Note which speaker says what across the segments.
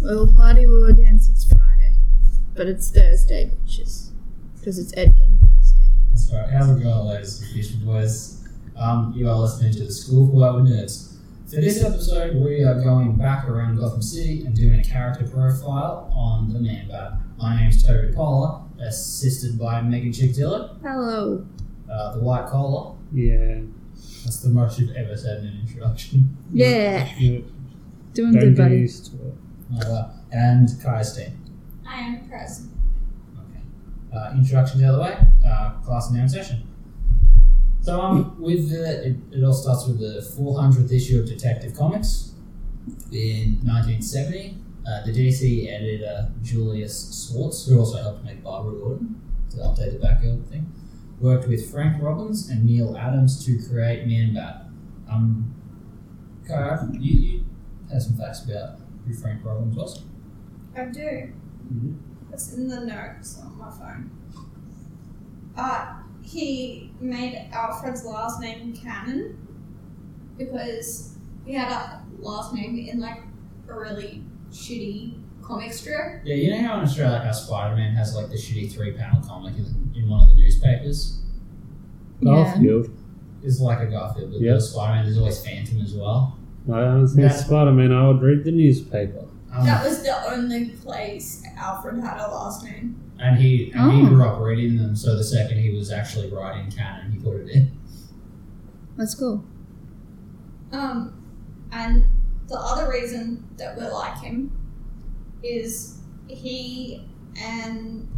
Speaker 1: Well, party will dance. It's Friday, but it's Thursday, which is because it's Ed Gang Thursday.
Speaker 2: That's right. How's it going, ladies and fishy boys? Um, you are listening to the School for Our Nerds. For this episode, we are going back around Gotham City and doing a character profile on the Man Bat. My name's Toby Poller, assisted by Megan Chick Dillon,
Speaker 1: Hello.
Speaker 2: uh, the White Collar.
Speaker 3: Yeah.
Speaker 2: That's the most you've ever said in an introduction.
Speaker 1: Yeah,
Speaker 3: yeah.
Speaker 1: doing
Speaker 3: Don't
Speaker 1: good,
Speaker 3: get
Speaker 1: buddy.
Speaker 3: used to it.
Speaker 2: Uh, and Kai Steen.
Speaker 4: I am present.
Speaker 2: Okay. Uh, introductions out of the way. Uh, class and now in session. So um, with the it, it all starts with the 400th issue of Detective Comics in 1970. Uh, the DC editor Julius Schwartz, who also helped make Barbara Gordon, to update the Batgirl thing, worked with Frank Robbins and Neil Adams to create Man Bat. Um, Kara, you, you had some facts about who Frank Robbins was.
Speaker 4: I do.
Speaker 2: Mhm.
Speaker 4: It's in the notes on my phone. Uh, he made Alfred's last name canon because he had a last name in like a really shitty comic strip.
Speaker 2: Yeah, you know how in Australia how Spider Man has like the shitty three panel comic in, in one of the newspapers?
Speaker 1: Yeah.
Speaker 3: Garfield.
Speaker 2: It's like a Garfield, but
Speaker 3: Yeah.
Speaker 2: Spider Man, there's always Phantom as well.
Speaker 3: I haven't seen
Speaker 2: That's-
Speaker 3: Spider Man. I would read the newspaper.
Speaker 2: Um,
Speaker 4: That was the only place Alfred had a last name.
Speaker 2: And he and he
Speaker 1: Oh.
Speaker 2: grew up reading them, so the second he was actually writing canon, he put it in.
Speaker 1: That's cool.
Speaker 4: Um, and the other reason that we like him is he and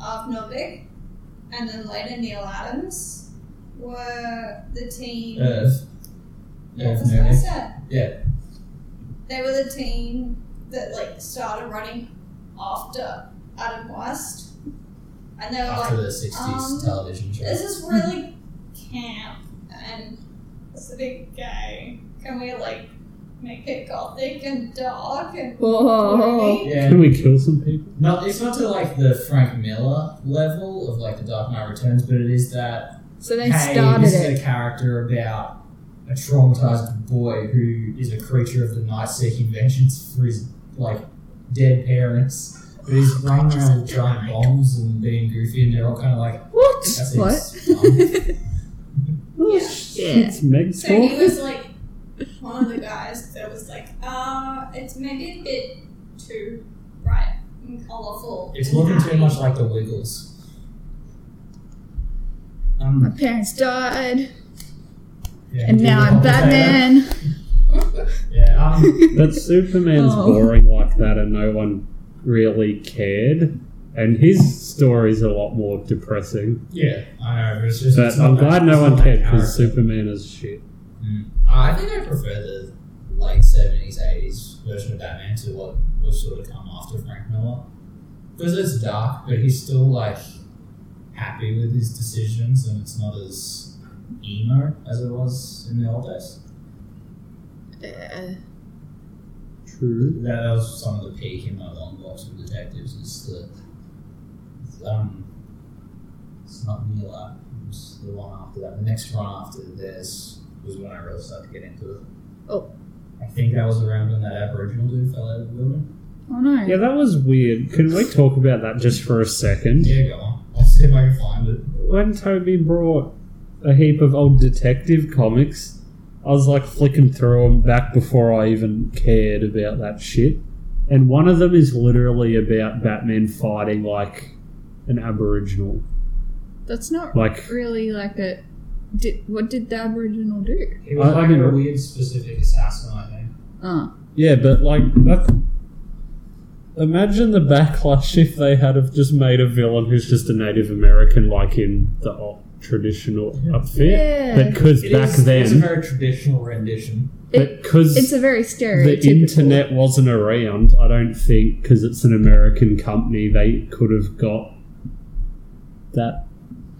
Speaker 4: Av Novik, and then later Neil Adams, were the team.
Speaker 2: Earth.
Speaker 4: What
Speaker 2: Earth
Speaker 4: was I
Speaker 2: Uh, Novik.
Speaker 4: said?
Speaker 2: Yeah.
Speaker 4: They were the team that like started running after Adam West, and they were like,
Speaker 2: After the 60s
Speaker 4: um,
Speaker 2: television show.
Speaker 4: this is really camp and acidic gay. Can we like make it gothic and dark and
Speaker 1: Whoa.
Speaker 4: corny?
Speaker 2: yeah,
Speaker 3: Can we kill some people?
Speaker 2: not, it's not to like the Frank Miller level of like the Dark Knight Returns, but it is that
Speaker 1: So they
Speaker 2: hey,
Speaker 1: started
Speaker 2: this is
Speaker 1: it.
Speaker 2: a character about a traumatized boy who is a creature of the night seeking vengeance for his like dead parents. But he's running around with giant bombs and being goofy, and they're all kind of like,
Speaker 1: What?
Speaker 2: that seems dumb.
Speaker 1: What? Yeah.
Speaker 4: Yeah.
Speaker 3: Oh, It's Meg's
Speaker 4: So he
Speaker 3: fault.
Speaker 4: was like one of the guys that was like, uh, it's maybe a bit too bright and colourful.
Speaker 2: It's
Speaker 4: and
Speaker 2: looking too
Speaker 4: happy."
Speaker 2: much like the Wiggles.
Speaker 1: My
Speaker 2: Um,
Speaker 1: parents died,
Speaker 2: yeah,
Speaker 1: and
Speaker 2: do
Speaker 1: now
Speaker 2: the
Speaker 1: I'm
Speaker 2: potato.
Speaker 1: Batman.
Speaker 2: Yeah, um,
Speaker 3: But Superman's
Speaker 1: Oh.
Speaker 3: boring like that and no one really cared. And his story's a lot more depressing.
Speaker 2: yeah, I know, but it's just.
Speaker 3: But
Speaker 2: it's not
Speaker 3: I'm
Speaker 2: that-
Speaker 3: glad
Speaker 2: it's
Speaker 3: no one
Speaker 2: not that
Speaker 3: cared because
Speaker 2: character.
Speaker 3: Superman is shit.
Speaker 2: Uh, I think I prefer the late seventies, eighties version of Batman to what was sort of come after Frank Miller, because it's dark, but he's still like happy with his decisions, and it's not as emo as it was in the old days.
Speaker 1: Uh,
Speaker 3: True.
Speaker 2: That, that was some of the peak in my long box with detectives. Is the um, it's not Neil Adams, the one after that. The next one after this was when I really started to get into it.
Speaker 1: Oh.
Speaker 2: I think that was around when that Aboriginal dude fell out of the building.
Speaker 1: oh no.
Speaker 3: Yeah, that was weird. Can we talk about that just for a second?
Speaker 2: Yeah, go on. I'll see if I can find it.
Speaker 3: when Toby brought a heap of old detective comics, I was like flicking through them back before I even cared about that shit. And one of them is literally about Batman fighting like an Aboriginal.
Speaker 1: That's not
Speaker 3: Like,
Speaker 1: really like a. Did, what did the Aboriginal do?
Speaker 2: He was
Speaker 3: I- I
Speaker 2: like a
Speaker 3: didn't-
Speaker 2: weird specific assassin, I think.
Speaker 1: Ah,
Speaker 3: yeah, but like that. Imagine the backlash if they had have just made a villain who's just a Native American, like in the old traditional outfit.
Speaker 1: yeah.
Speaker 3: Because
Speaker 2: It
Speaker 3: back
Speaker 2: is- it's a
Speaker 3: then,
Speaker 2: very traditional rendition.
Speaker 1: It-
Speaker 3: because
Speaker 1: It's a very stereotypical.
Speaker 3: the internet wasn't around, I don't think, because it's an American company, they could have got that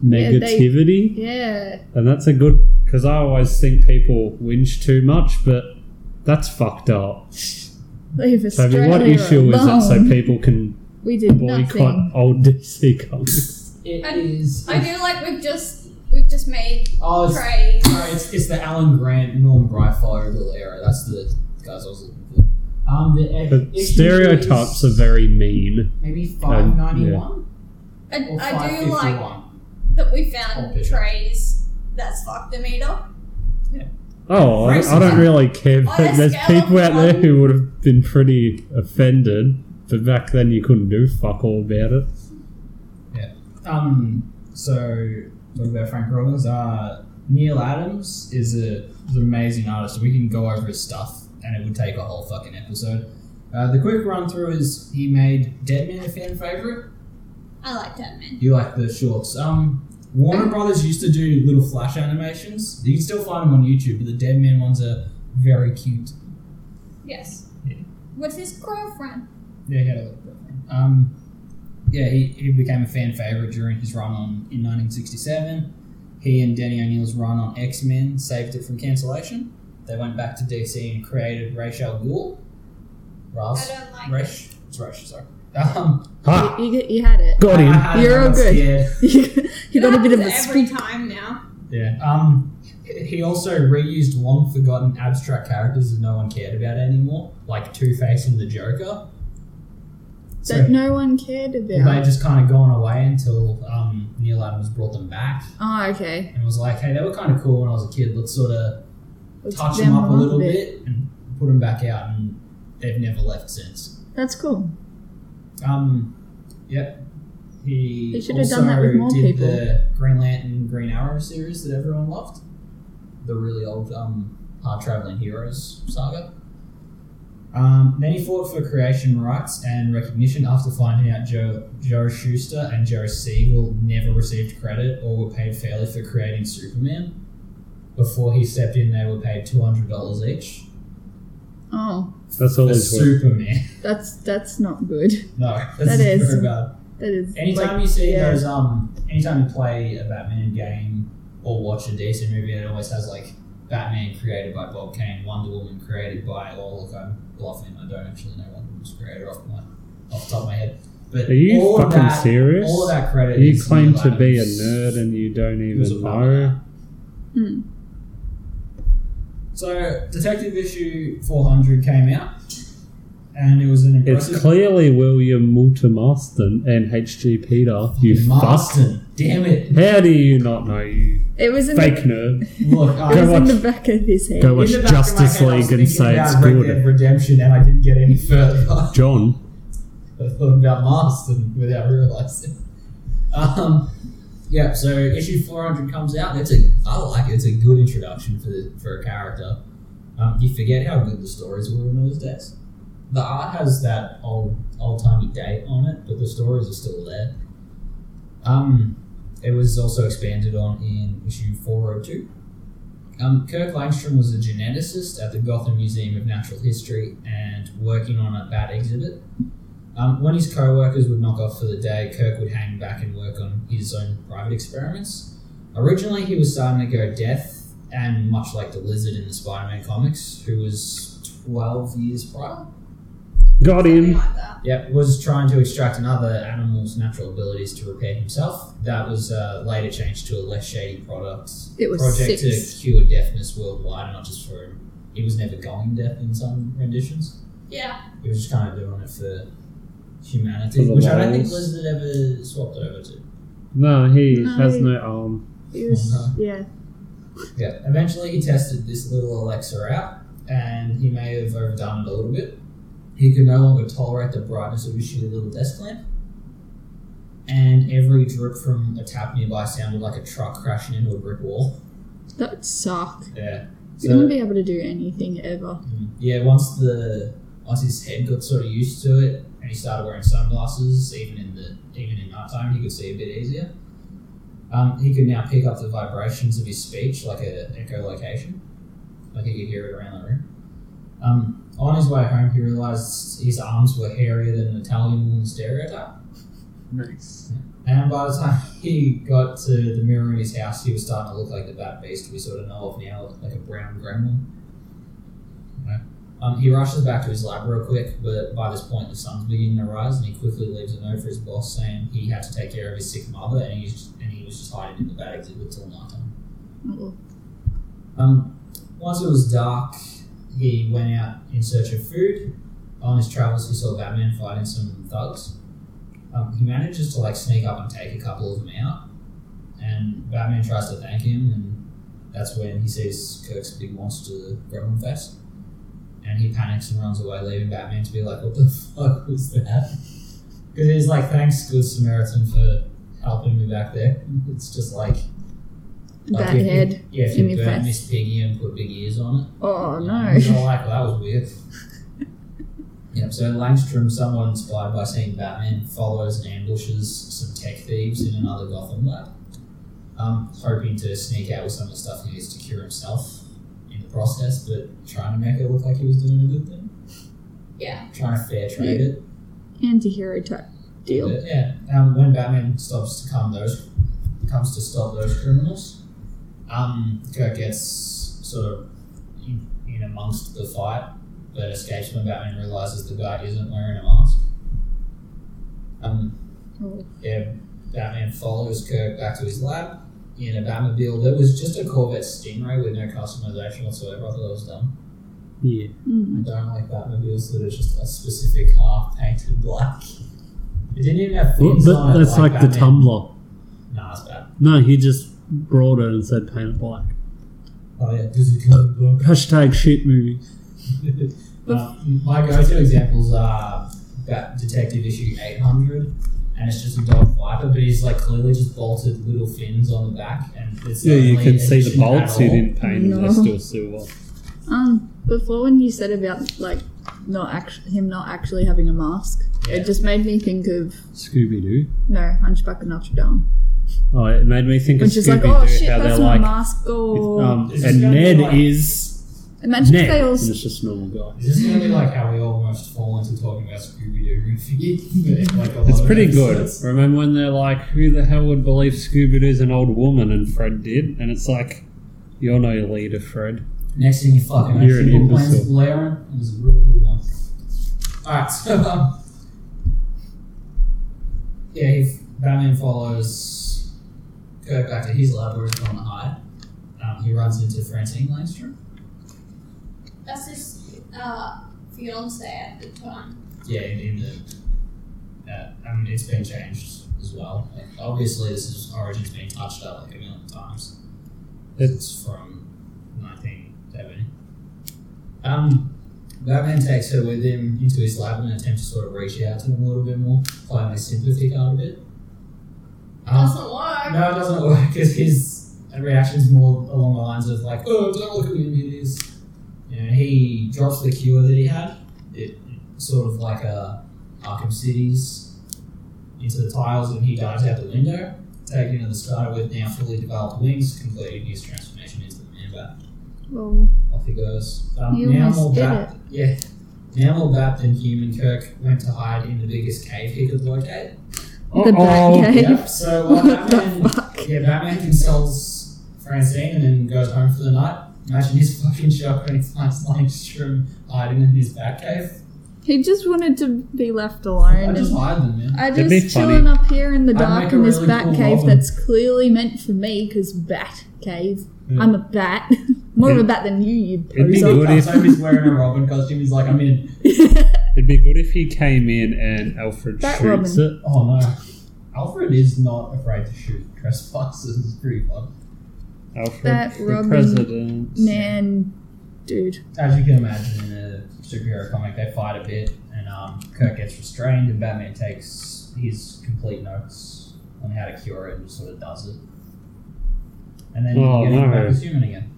Speaker 1: Yeah, they-
Speaker 3: negativity.
Speaker 1: Yeah.
Speaker 3: and that's a good, because I always think people whinge too much, but that's fucked up.
Speaker 1: Leave
Speaker 3: So, I
Speaker 1: Australia
Speaker 3: mean, what issue is it so
Speaker 1: alone.
Speaker 3: people can
Speaker 1: We did
Speaker 3: boycott
Speaker 1: nothing.
Speaker 3: old DC comics?
Speaker 2: It
Speaker 4: I-
Speaker 2: is.
Speaker 4: I feel like we've just we've just made
Speaker 2: oh, it's,
Speaker 4: praise.
Speaker 2: sorry, it's, it's the Alan Grant, Norm Brightfire little era. That's the guys I was looking for. Um, the,
Speaker 3: But stereotypes are very um, mean.
Speaker 2: maybe five ninety one
Speaker 4: I,
Speaker 2: or
Speaker 4: I
Speaker 2: five
Speaker 4: do
Speaker 2: fifty
Speaker 4: like
Speaker 2: one.
Speaker 4: that we found
Speaker 2: Okay.
Speaker 4: trees that's fucked the meter.
Speaker 3: Oh, I, I don't really care.
Speaker 4: On a
Speaker 3: But there's
Speaker 4: scale
Speaker 3: people
Speaker 4: of
Speaker 3: out there
Speaker 4: one-
Speaker 3: who would have been pretty offended, but back then you couldn't do fuck all about it.
Speaker 2: Um, so talk about Frank Rollins. Uh, Neil Adams is a is an amazing artist. We can go over his stuff, and it would take a whole fucking episode. Uh, the quick run through is he made Dead Man a fan favorite.
Speaker 4: I like that man.
Speaker 2: You like the shorts. Um, Warner Brothers used to do little flash animations. You can still find them on YouTube, but the Dead Man ones are very cute.
Speaker 4: Yes.
Speaker 2: Yeah.
Speaker 4: With his girlfriend.
Speaker 2: Yeah, he had a little girlfriend. Um, yeah, he, he became a fan favorite during his run on in 1967. He and Denny O'Neill's run on X Men saved it from cancellation. They went back to DC and created Rachel Ghoul. Raz?
Speaker 4: I don't like
Speaker 2: Resh? It's Resh, sorry. Um,
Speaker 3: Ha!
Speaker 1: You, you, get- you had it.
Speaker 3: Ah, Got him.
Speaker 2: I- I
Speaker 1: You're all
Speaker 2: got
Speaker 1: good.
Speaker 2: scared.
Speaker 1: you got a bit of a
Speaker 4: Happens every
Speaker 1: squeak.
Speaker 4: time now.
Speaker 2: Yeah. Um, he also reused long forgotten abstract characters that no one cared about anymore, like Two Face and the Joker. So
Speaker 1: that no one cared
Speaker 2: they
Speaker 1: about.
Speaker 2: just kind of gone away until um, Neil Adams brought them back
Speaker 1: Oh, okay.
Speaker 2: and was like, "Hey, they were kind of cool when I was a kid. Let's sort of
Speaker 1: Let's
Speaker 2: touch
Speaker 1: jam
Speaker 2: them up a
Speaker 1: along
Speaker 2: little bit. and put them back out." And they've never left since.
Speaker 1: That's cool.
Speaker 2: Um, yep. He
Speaker 1: They should have
Speaker 2: also
Speaker 1: done that with more
Speaker 2: did
Speaker 1: people.
Speaker 2: the Green Lantern, Green Arrow series that everyone loved. The really old um, Hard Traveling Heroes saga. Um, then he fought for creation rights and recognition after finding out Joe, Joe Schuster and Joe Siegel never received credit or were paid fairly for creating Superman. Before he stepped in, they were paid $200 each
Speaker 1: Oh,
Speaker 3: That's all
Speaker 2: for
Speaker 3: it's worth.
Speaker 2: Superman.
Speaker 1: that's that's not good.
Speaker 2: No,
Speaker 1: That
Speaker 2: that's
Speaker 1: is-
Speaker 2: very bad.
Speaker 1: That is.
Speaker 2: Anytime
Speaker 1: like,
Speaker 2: you see
Speaker 1: yeah.
Speaker 2: those, um, anytime you play a Batman game or watch a DC movie, it always has like Batman created by Bob Kane, Wonder Woman created by. Oh, look, I'm bluffing. I don't actually know Wonder Woman's creator off my off the top of my head. But
Speaker 3: Are you
Speaker 2: all of
Speaker 3: fucking
Speaker 2: that,
Speaker 3: serious?
Speaker 2: All of that credit.
Speaker 3: You
Speaker 2: is
Speaker 3: claim
Speaker 2: Neil
Speaker 3: to be a
Speaker 2: Adams.
Speaker 3: nerd and you don't
Speaker 2: He was a
Speaker 3: even
Speaker 2: part of
Speaker 3: know.
Speaker 2: that.
Speaker 1: Hmm.
Speaker 2: So, Detective Issue 400 came out, and it was an impressive.
Speaker 3: It's clearly William Moulton Marston and H.G. Peter, you fuck.
Speaker 2: Marston, damn it!
Speaker 3: How do you not know, you
Speaker 1: It was in the.
Speaker 3: fake nerd?
Speaker 2: Look, I
Speaker 1: It was
Speaker 3: Go
Speaker 1: in
Speaker 3: watch-
Speaker 1: the back of his head.
Speaker 3: Go
Speaker 2: In
Speaker 3: watch
Speaker 2: the back of my
Speaker 3: Justice
Speaker 2: head, I was
Speaker 3: League and
Speaker 2: thinking
Speaker 3: say
Speaker 2: about
Speaker 3: it's
Speaker 2: Red
Speaker 3: good.
Speaker 2: Dead Redemption, and I didn't get any further. I
Speaker 3: John,
Speaker 2: thought about Marston without realizing. Um, yeah, so issue four hundred comes out. It's a I like it. It's a good introduction for the, for a character. Um, you forget how good the stories were in those days. The art has that old old timey date on it, but the stories are still there. Um, it was also expanded on in issue four hundred two. Um, Kirk Langstrom was a geneticist at the Gotham Museum of Natural History and working on a bat exhibit. Um, when his co workers would knock off for the day, Kirk would hang back and work on his own private experiments. Originally, he was starting to go deaf, and much like the lizard in the Spider Man comics, who was 12 years prior,
Speaker 3: got
Speaker 4: Something
Speaker 3: him.
Speaker 4: like that.
Speaker 2: yeah, was trying to extract another animal's natural abilities to repair himself. That was uh, later changed to a less shady product.
Speaker 1: It was
Speaker 2: project
Speaker 1: six.
Speaker 2: to cure deafness worldwide, not just for him. He was never going deaf in some renditions.
Speaker 4: Yeah.
Speaker 2: He was just kind of doing it for humanity,
Speaker 3: For the
Speaker 2: which I don't think
Speaker 3: lulz.
Speaker 2: Blizzard ever swapped over to.
Speaker 3: No, he
Speaker 1: No,
Speaker 3: has
Speaker 1: he-
Speaker 3: no arm.
Speaker 1: It was,
Speaker 2: Oh,
Speaker 1: Yeah.
Speaker 2: Yeah. Eventually, he tested this little elixir out, and he may have overdone it a little bit. He could no longer tolerate the brightness of his shitty little desk lamp, and every drip from a tap nearby sounded like a truck crashing into a brick wall.
Speaker 1: That would suck.
Speaker 2: Yeah.
Speaker 1: You wouldn't be able to do anything ever.
Speaker 2: Mm. Yeah, once the once his head got sort of used to it, and he started wearing sunglasses, even in the even in nighttime, he could see a bit easier. Um, he could now pick up the vibrations of his speech, like a echolocation, like he could hear it around the room. Um, on his way home, he realized his arms were hairier than an Italian woman's stereotype.
Speaker 3: Nice.
Speaker 2: And by the time he got to the mirror in his house, he was starting to look like the Bat Beast we sort of know of now, like a brown gremlin. Right. Um, he rushes back to his lab real quick, but by this point, the sun's beginning to rise, and he quickly leaves a note for his boss saying he had to take care of his sick mother, and he, and he was just hiding in the bat exhibit till night time.
Speaker 1: Oh,
Speaker 2: Um, once it was dark, he went out in search of food. on his travels, he saw Batman fighting some thugs. Um, he manages to like sneak up and take a couple of them out, and Batman tries to thank him, and that's when he sees Kirk's big monster gremlin fest, and he panics and runs away, leaving Batman to be like, "What the fuck was that?" Because he's like, "Thanks, good Samaritan, for helping me back there." It's just like, like
Speaker 1: Bat
Speaker 2: if you-
Speaker 1: head.
Speaker 2: yeah, if
Speaker 1: in
Speaker 2: you
Speaker 1: your
Speaker 2: burn
Speaker 1: face.
Speaker 2: Miss Piggy and put big ears on it.
Speaker 1: Oh no.
Speaker 2: You're like, well, that was weird. yep, so Langstrom, someone inspired by seeing Batman, follows and ambushes some tech thieves in another Gotham lab, um, hoping to sneak out with some of the stuff he needs to cure himself in the process, but trying to make it look like he was doing a good thing.
Speaker 4: Yeah.
Speaker 2: Trying to fair trade it.
Speaker 1: Anti-hero type deal.
Speaker 2: But yeah, um, when Batman stops to calm those, comes to stop those criminals, um, Kirk gets sort of in, in amongst the fight, but escapes when Batman realizes the guy isn't wearing a mask. Um,
Speaker 1: Oh.
Speaker 2: yeah, Batman follows Kirk back to his lab in a Batmobile that was just a Corvette Stingray with no customization whatsoever. I thought it was dumb.
Speaker 3: Yeah.
Speaker 1: Mm.
Speaker 2: I don't like Batmobiles that are just a specific half painted black. It didn't even have
Speaker 3: But,
Speaker 2: fins on it.
Speaker 3: that's like, the
Speaker 2: Batman.
Speaker 3: tumbler.
Speaker 2: Nah, it's bad.
Speaker 3: No, he just brought it and said paint it black.
Speaker 2: Oh yeah, does it come book?
Speaker 3: Hashtag shit movies.
Speaker 2: um, my go-to examples are that Detective Issue 800, and it's just a dog viper, but he's like clearly just bolted little fins on the back, and it's
Speaker 3: Yeah,
Speaker 2: the
Speaker 3: you
Speaker 2: only
Speaker 3: can see the
Speaker 2: addition at
Speaker 3: bolts
Speaker 2: all.
Speaker 3: he didn't paint and they're
Speaker 1: No.
Speaker 3: still silver.
Speaker 1: Um, before when you said about like not actu- him not actually having a mask,
Speaker 2: Yeah.
Speaker 1: it just made me think of
Speaker 3: Scooby Doo.
Speaker 1: no Hunchback of Notre Dame,
Speaker 3: Oh, it made me think
Speaker 1: which
Speaker 3: of
Speaker 1: is like,
Speaker 3: Scooby Doo.
Speaker 1: oh shit,
Speaker 3: how
Speaker 1: that's
Speaker 3: they're
Speaker 1: my
Speaker 3: like,
Speaker 1: mask. Or
Speaker 3: um,
Speaker 2: It's
Speaker 3: and
Speaker 2: gonna be
Speaker 3: Ned
Speaker 2: like-
Speaker 3: is
Speaker 1: imagine
Speaker 3: Ned,
Speaker 1: if they
Speaker 3: and
Speaker 1: all
Speaker 3: it's just a normal guy.
Speaker 2: Is this gonna be like how we almost fall into talking about Scooby Doo? like a lot
Speaker 3: It's
Speaker 2: of
Speaker 3: pretty good.
Speaker 2: episodes.
Speaker 3: Oh, Remember when they're like, who the hell would believe Scooby Doo's an old woman? And Fred did. And it's like, you're no leader, Fred.
Speaker 2: Next thing you fucking know,
Speaker 3: You're an
Speaker 2: triple planes
Speaker 3: imbecile.
Speaker 2: blaring. It was a real good one. Alright, so um, Yeah, he, Batman follows Kirk back to his lab where he's going to hide. Um, he runs into Francine Langstrom.
Speaker 4: That's his uh, fiance at the time.
Speaker 2: Yeah, in, in the uh, I mean it's been changed as well. Like, obviously this is origin's been touched up like a million times. It's from 1970. Um, Batman takes her with him into his lab and attempts to sort of reach out to him a little bit more, playing the sympathy card a bit. Um,
Speaker 4: Doesn't work.
Speaker 2: no, it doesn't work because his reaction's more along the lines of like, "Oh, don't look at him, it is." You know, he drops the cure that he had. It sort of like a Arkham City's into the tiles, and he dives out the window, taken to the sky with now fully developed wings, completing his transformation into the man bat.
Speaker 1: well,
Speaker 2: Off he goes. Um,
Speaker 1: You
Speaker 2: now
Speaker 1: almost
Speaker 2: more
Speaker 1: did
Speaker 2: bat, yeah. Now more bat than human. Kirk went to hide in the biggest cave he could locate.
Speaker 3: Oh,
Speaker 1: the
Speaker 3: Uh-oh.
Speaker 1: Batcave.
Speaker 2: Yep. So
Speaker 1: What
Speaker 2: what
Speaker 1: the
Speaker 2: Batman
Speaker 1: fuck?
Speaker 2: yeah, Batman consoles Francine and then goes home for the night. Imagine his fucking shock when he finds Langstrom hiding in his Batcave.
Speaker 1: He just wanted to be left
Speaker 2: I
Speaker 1: alone.
Speaker 2: just
Speaker 1: and-
Speaker 2: hide them, man.
Speaker 1: I
Speaker 3: That'd be
Speaker 1: just chilling up here in the
Speaker 2: I'd
Speaker 1: dark
Speaker 2: make a
Speaker 1: in this
Speaker 2: really
Speaker 1: bat
Speaker 2: cool
Speaker 1: cave
Speaker 2: novel.
Speaker 1: that's clearly meant for me because bat cave.
Speaker 2: Yeah.
Speaker 1: I'm a bat, more of a bat than you, you
Speaker 3: It'd be
Speaker 1: poser.
Speaker 3: good if-
Speaker 2: Sometimes home he's wearing a Robin costume. He's like, I'm in.
Speaker 3: It'd be good if he came in and Alfred
Speaker 1: Bat
Speaker 3: shoots
Speaker 1: Robin.
Speaker 3: it.
Speaker 2: Oh no. Alfred is not afraid to shoot trespassers. It's pretty fun.
Speaker 3: Alfred,
Speaker 1: Bat
Speaker 3: the
Speaker 1: Robin.
Speaker 3: president.
Speaker 1: Man, dude,
Speaker 2: As you can imagine, in a superhero comic, they fight a bit, and um, Kirk gets restrained, and Batman takes his complete notes on how to cure it and sort of does it. And then
Speaker 3: Oh,
Speaker 2: you get him
Speaker 3: no.
Speaker 2: back as human again.